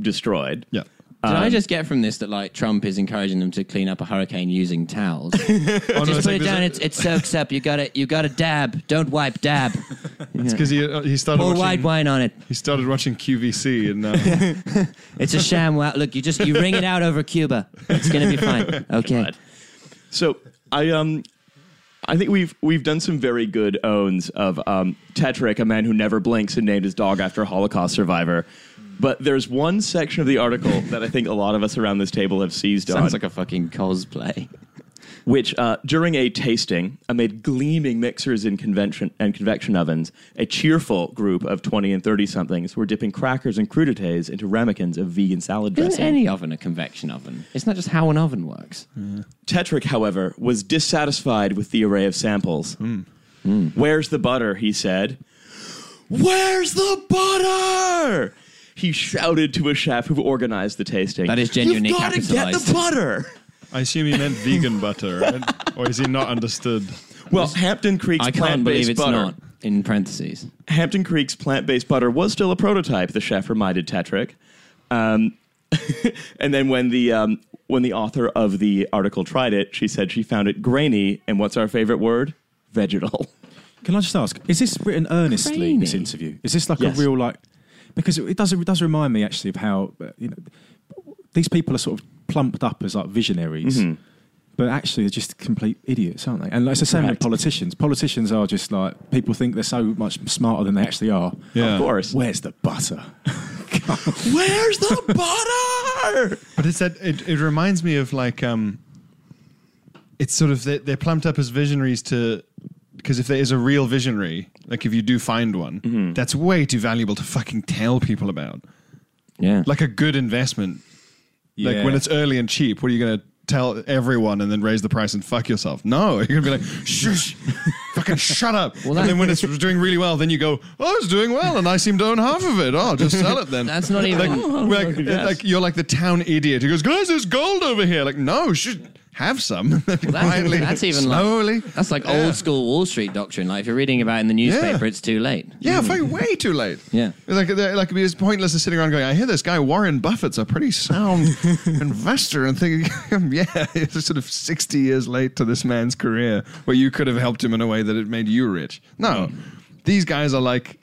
Speaker 2: destroyed.
Speaker 1: Yeah.
Speaker 2: Um,
Speaker 3: Did I just get from this that like Trump is encouraging them to clean up a hurricane using towels?
Speaker 1: Oh,
Speaker 3: Just
Speaker 1: it's
Speaker 3: put
Speaker 1: like
Speaker 3: it
Speaker 1: there's
Speaker 3: down.
Speaker 1: a-
Speaker 3: It, it soaks up. You got it. You got to dab. Don't wipe. Dab.
Speaker 1: It's because he uh, he started
Speaker 3: Pour
Speaker 1: watching,
Speaker 3: white wine on it.
Speaker 1: he started watching QVC and uh,
Speaker 3: It's a sham. Wow. Look, you just you wring it out over Cuba. It's gonna be fine. Okay.
Speaker 2: God. So I um I think we've we've done some very good owns of um, Tetrick, a man who never blinks and named his dog after a Holocaust survivor. But there's one section of the article that I think a lot of us around this table have seized on,
Speaker 3: Sounds like a fucking cosplay.
Speaker 2: which uh, during a tasting amid gleaming mixers in convention and convection ovens, a cheerful group of 20 and 30 somethings were dipping crackers and crudités into ramekins of vegan salad
Speaker 3: Isn't
Speaker 2: dressing.
Speaker 3: any oven a convection oven? Isn't that just how an oven works?
Speaker 2: Tetrick, however, was dissatisfied with the array of samples. Where's the butter? He said. Where's the butter? He shouted to a chef who organized the tasting.
Speaker 3: That is genuinely
Speaker 2: You've got to get
Speaker 3: capitalized.
Speaker 2: the butter.
Speaker 1: I assume he meant vegan butter, right? or is he not understood?
Speaker 2: Well, Hampton Creek's
Speaker 3: I can't believe
Speaker 2: plant-based
Speaker 3: it's
Speaker 2: butter.
Speaker 3: not. In parentheses.
Speaker 2: Hampton Creek's plant-based butter was still a prototype. The chef reminded Tetrick. Um, and then when the um, when the author of the article tried it, she said she found it grainy. And what's our favorite word? Vegetal.
Speaker 4: Can I just ask? Is this written earnestly?
Speaker 3: Crazy.
Speaker 4: This interview is this like
Speaker 2: Yes.
Speaker 4: a real like? Because it, it does it does remind me actually of how uh, you know these people are sort of plumped up as like visionaries, but actually they're just complete idiots, aren't they? And like, it's the same with
Speaker 2: Correct.
Speaker 4: politicians. Politicians are just like people think they're so much smarter than they actually are.
Speaker 1: Yeah.
Speaker 2: Of course.
Speaker 4: Where's the butter?
Speaker 2: Where's the butter?
Speaker 1: But it's that it, it reminds me of like um, it's sort of they're, they're plumped up as visionaries to because if there is a real visionary, like if you do find one, that's way too valuable to fucking tell people about.
Speaker 3: Yeah.
Speaker 1: Like a good investment. Like when it's early and cheap, what are you going to tell everyone and then raise the price and fuck yourself? No, you're going to be like, shush, fucking shut up. and then when it's doing really well, then you go, oh, it's doing well and I seem to own half of it. Oh, just sell it then.
Speaker 3: That's not even-
Speaker 1: Like, like, like, you're like the town idiot who goes, guys, there's gold over here. Like, no, sh- have some. Quietly,
Speaker 3: that's even like-
Speaker 1: slowly.
Speaker 3: That's like
Speaker 1: Yeah.
Speaker 3: old school Wall Street doctrine. Like if you're reading about it in the newspaper, it's too late.
Speaker 1: Yeah, fucking way too late.
Speaker 3: Yeah.
Speaker 1: like they're- like it'd be as pointless as sitting around going, "I hear this guy Warren Buffett's a pretty sound investor," and thinking, "Yeah, it's sort of sixty years late to this man's career, where you could have helped him in a way that it made you rich."
Speaker 3: Mm.
Speaker 1: No, these guys are like.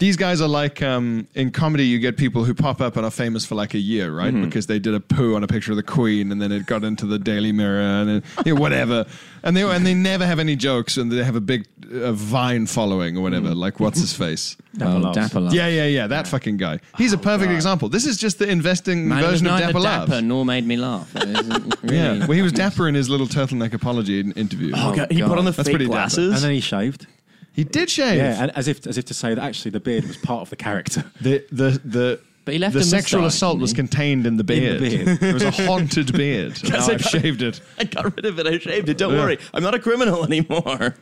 Speaker 1: These guys are like um, in comedy. You get people who pop up and are famous for like a year, right?
Speaker 3: Mm-hmm.
Speaker 1: Because they did a poo on a picture of the Queen, and then it got into the Daily Mirror and it, you know, whatever. And they and they never have any jokes, and they have a big uh, Vine following or
Speaker 3: Mm.
Speaker 1: whatever. Like what's his face?
Speaker 3: oh,
Speaker 4: laughs.
Speaker 3: Dapper laughs.
Speaker 1: Yeah, yeah, yeah. That fucking guy. He's a perfect example. This is just the investing
Speaker 3: Man, Oh, it was
Speaker 1: version of
Speaker 3: neither
Speaker 1: Dapper Love.
Speaker 3: Dapper nor made me laugh. It was uh, really-
Speaker 1: Yeah, well, he was dapper in his little turtleneck apology in- interview.
Speaker 2: Oh, God. He
Speaker 3: God.
Speaker 2: put on the
Speaker 1: That's
Speaker 2: fake
Speaker 1: pretty dapper.
Speaker 2: glasses.
Speaker 4: And then he shaved.
Speaker 1: He did shave.
Speaker 4: Yeah, and as if as if to say that actually the beard was part of the character.
Speaker 1: the the the.
Speaker 3: But he left
Speaker 1: the
Speaker 3: a
Speaker 1: sexual
Speaker 3: moustache,
Speaker 1: assault
Speaker 3: didn't
Speaker 1: was
Speaker 3: he?
Speaker 1: contained in the beard.
Speaker 4: beard.
Speaker 1: it was a haunted beard. and now
Speaker 2: it.
Speaker 1: I've shaved it.
Speaker 2: I got rid of it. I shaved it. Don't worry. I'm not a criminal anymore.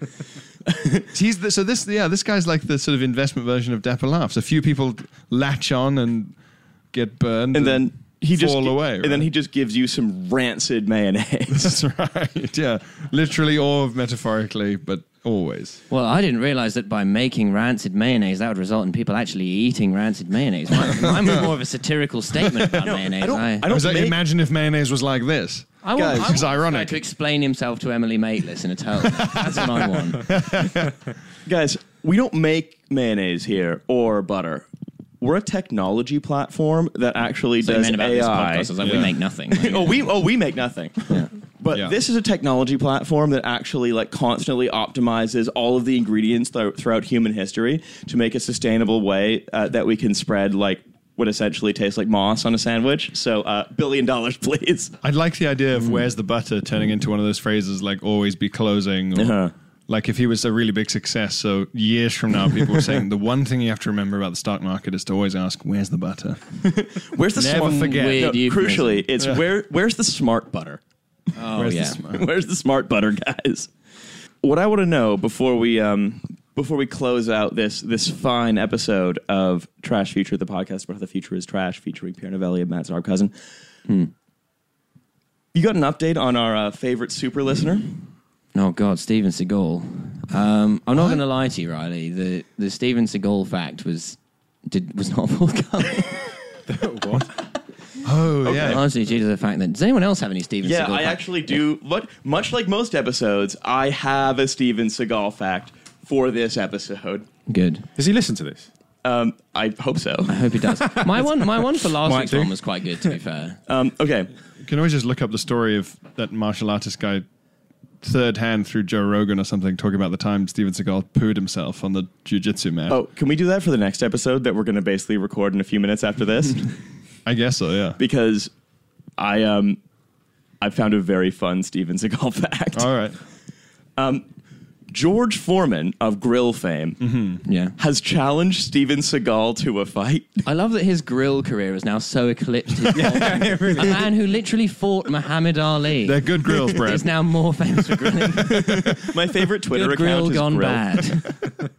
Speaker 1: He's the, so this yeah this guy's like the sort of investment version of Dapper laughs. A few people latch on and get burned,
Speaker 2: And then he just
Speaker 1: fall away.
Speaker 2: And then he just gives you some rancid mayonnaise.
Speaker 1: that's right. Yeah, literally or metaphorically, but always.
Speaker 3: Well, I didn't realize that by making rancid mayonnaise, that would result in people actually eating rancid mayonnaise. Mine, mine was more of a satirical statement about mayonnaise.
Speaker 2: I don't. I,
Speaker 1: I
Speaker 2: don't
Speaker 1: was like,
Speaker 2: make-
Speaker 1: imagine if mayonnaise was like this.
Speaker 3: I want, I
Speaker 1: Guys,
Speaker 3: want
Speaker 1: it's
Speaker 3: this
Speaker 1: ironic.
Speaker 3: guy to explain himself to Emily Maitlis in a towel. That's what I want.
Speaker 2: guys, we don't make mayonnaise here or butter. We're a technology platform that actually
Speaker 3: So you
Speaker 2: does
Speaker 3: meant about this
Speaker 2: AI.
Speaker 3: podcast. I was like, we make nothing.
Speaker 2: oh, we oh we make nothing. But
Speaker 1: Yeah.
Speaker 2: this is a technology platform that actually like constantly optimizes all of the ingredients thro- throughout human history to make a sustainable way uh, that we can spread like what essentially tastes like moss on a sandwich. So uh, billion dollars, please.
Speaker 1: I'd like the idea of "Where's the butter?" turning into one of those phrases like "always be closing." Or,
Speaker 2: Uh-huh.
Speaker 1: Like if he was a really big success, so years from now, people were saying the one thing you have to remember about the stock market is to always ask, "Where's the butter?"
Speaker 2: Where's the
Speaker 1: Never
Speaker 2: smart?
Speaker 1: forget.
Speaker 2: No,
Speaker 3: Weird euphemism.
Speaker 2: crucially, it's where where's the smart butter?
Speaker 3: Oh,
Speaker 1: Where's the
Speaker 3: yeah.
Speaker 1: smart-
Speaker 2: Where's the smart butter, guys? What I want to know before we um before we close out this this fine episode of Trash Future, the podcast where the future is trash, featuring Pierre Novelli and Matt Zarb cousin. You got an update on our uh, favorite super listener?
Speaker 3: Oh God, Steven Seagal. Um, I'm not going to lie to you, Riley. The the Steven Seagal fact was did was not forthcoming.
Speaker 4: what?
Speaker 1: Oh yeah,
Speaker 3: Largely due to the fact that does anyone else have any Steven
Speaker 2: Yeah,
Speaker 3: Seagal?
Speaker 2: I
Speaker 3: fact?
Speaker 2: actually do. But much like most episodes, I have a Steven Seagal fact for this episode.
Speaker 3: good.
Speaker 4: Does he listen to this?
Speaker 2: Um, I hope so.
Speaker 3: I hope he does. My one, my one for last
Speaker 4: Might
Speaker 3: week's
Speaker 4: do.
Speaker 3: one was quite good. To be fair,
Speaker 2: Um, okay,
Speaker 1: you can always just look up the story of that martial artist guy, third hand through Joe Rogan or something, talking about the time Steven Seagal pooed himself on the jujitsu mat.
Speaker 2: Oh, can we do that for the next episode that we're going to basically record in a few minutes after this?
Speaker 1: I guess so. Yeah.
Speaker 2: because I um I found a very fun Steven Seagal fact.
Speaker 1: All right.
Speaker 2: George Foreman of grill fame
Speaker 1: Mm-hmm.
Speaker 3: yeah.
Speaker 2: has challenged Steven Seagal to a fight.
Speaker 3: I love that his grill career is now so eclipsed. His a man who literally fought Muhammad Ali
Speaker 1: They're good grills, Brad.
Speaker 3: is now more famous for grilling.
Speaker 2: My favorite Twitter
Speaker 3: Good
Speaker 2: account
Speaker 3: grill
Speaker 2: is
Speaker 3: gone
Speaker 2: grill.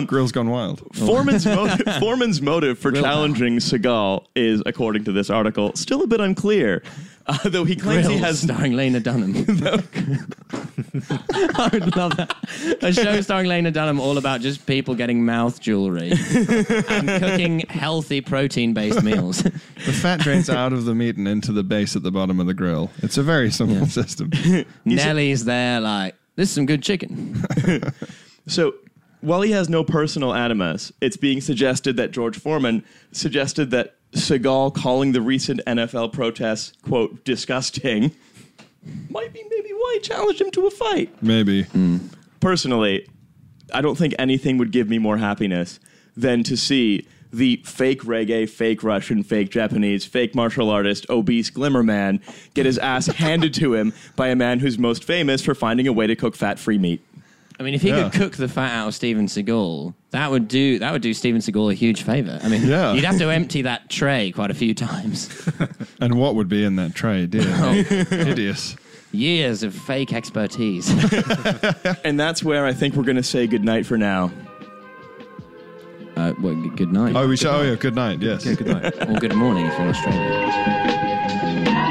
Speaker 3: bad.
Speaker 1: grills gone wild.
Speaker 2: Foreman's, motive, Foreman's motive for challenging Seagal is, according to this article, still a bit unclear. Uh, though he claims
Speaker 3: Grill
Speaker 2: he has
Speaker 3: starring Lena Dunham. I would love that. A show starring Lena Dunham all about just people getting mouth jewelry and cooking healthy protein-based meals.
Speaker 1: The fat drains out of the meat and into the base at the bottom of the grill. It's a very simple system.
Speaker 3: Nelly's there like, this is some good chicken.
Speaker 2: So while he has no personal animus, it's being suggested that George Foreman suggested that Seagal calling the recent NFL protests, quote, disgusting, might be maybe why he challenged him to a fight.
Speaker 1: Maybe.
Speaker 2: Personally, I don't think anything would give me more happiness than to see the fake reggae, fake Russian, fake Japanese, fake martial artist, obese glimmer man get his ass handed to him by a man who's most famous for finding a way to cook fat free meat.
Speaker 3: I mean, if he
Speaker 1: Yeah.
Speaker 3: could cook the fat out of Steven Seagal, that would do that would do Steven Seagal a huge favor. I mean,
Speaker 1: Yeah.
Speaker 3: you'd have to empty that tray quite a few times.
Speaker 1: And what would be in that tray, dear? Hideous.
Speaker 3: Years of fake expertise.
Speaker 2: And that's where I think we're going to say goodnight for now.
Speaker 3: uh, well, g- good night
Speaker 1: Oh, we should. Oh, yeah. Good night. Yes.
Speaker 7: Yeah, good night.
Speaker 3: or good morning if you're Australian.
Speaker 8: I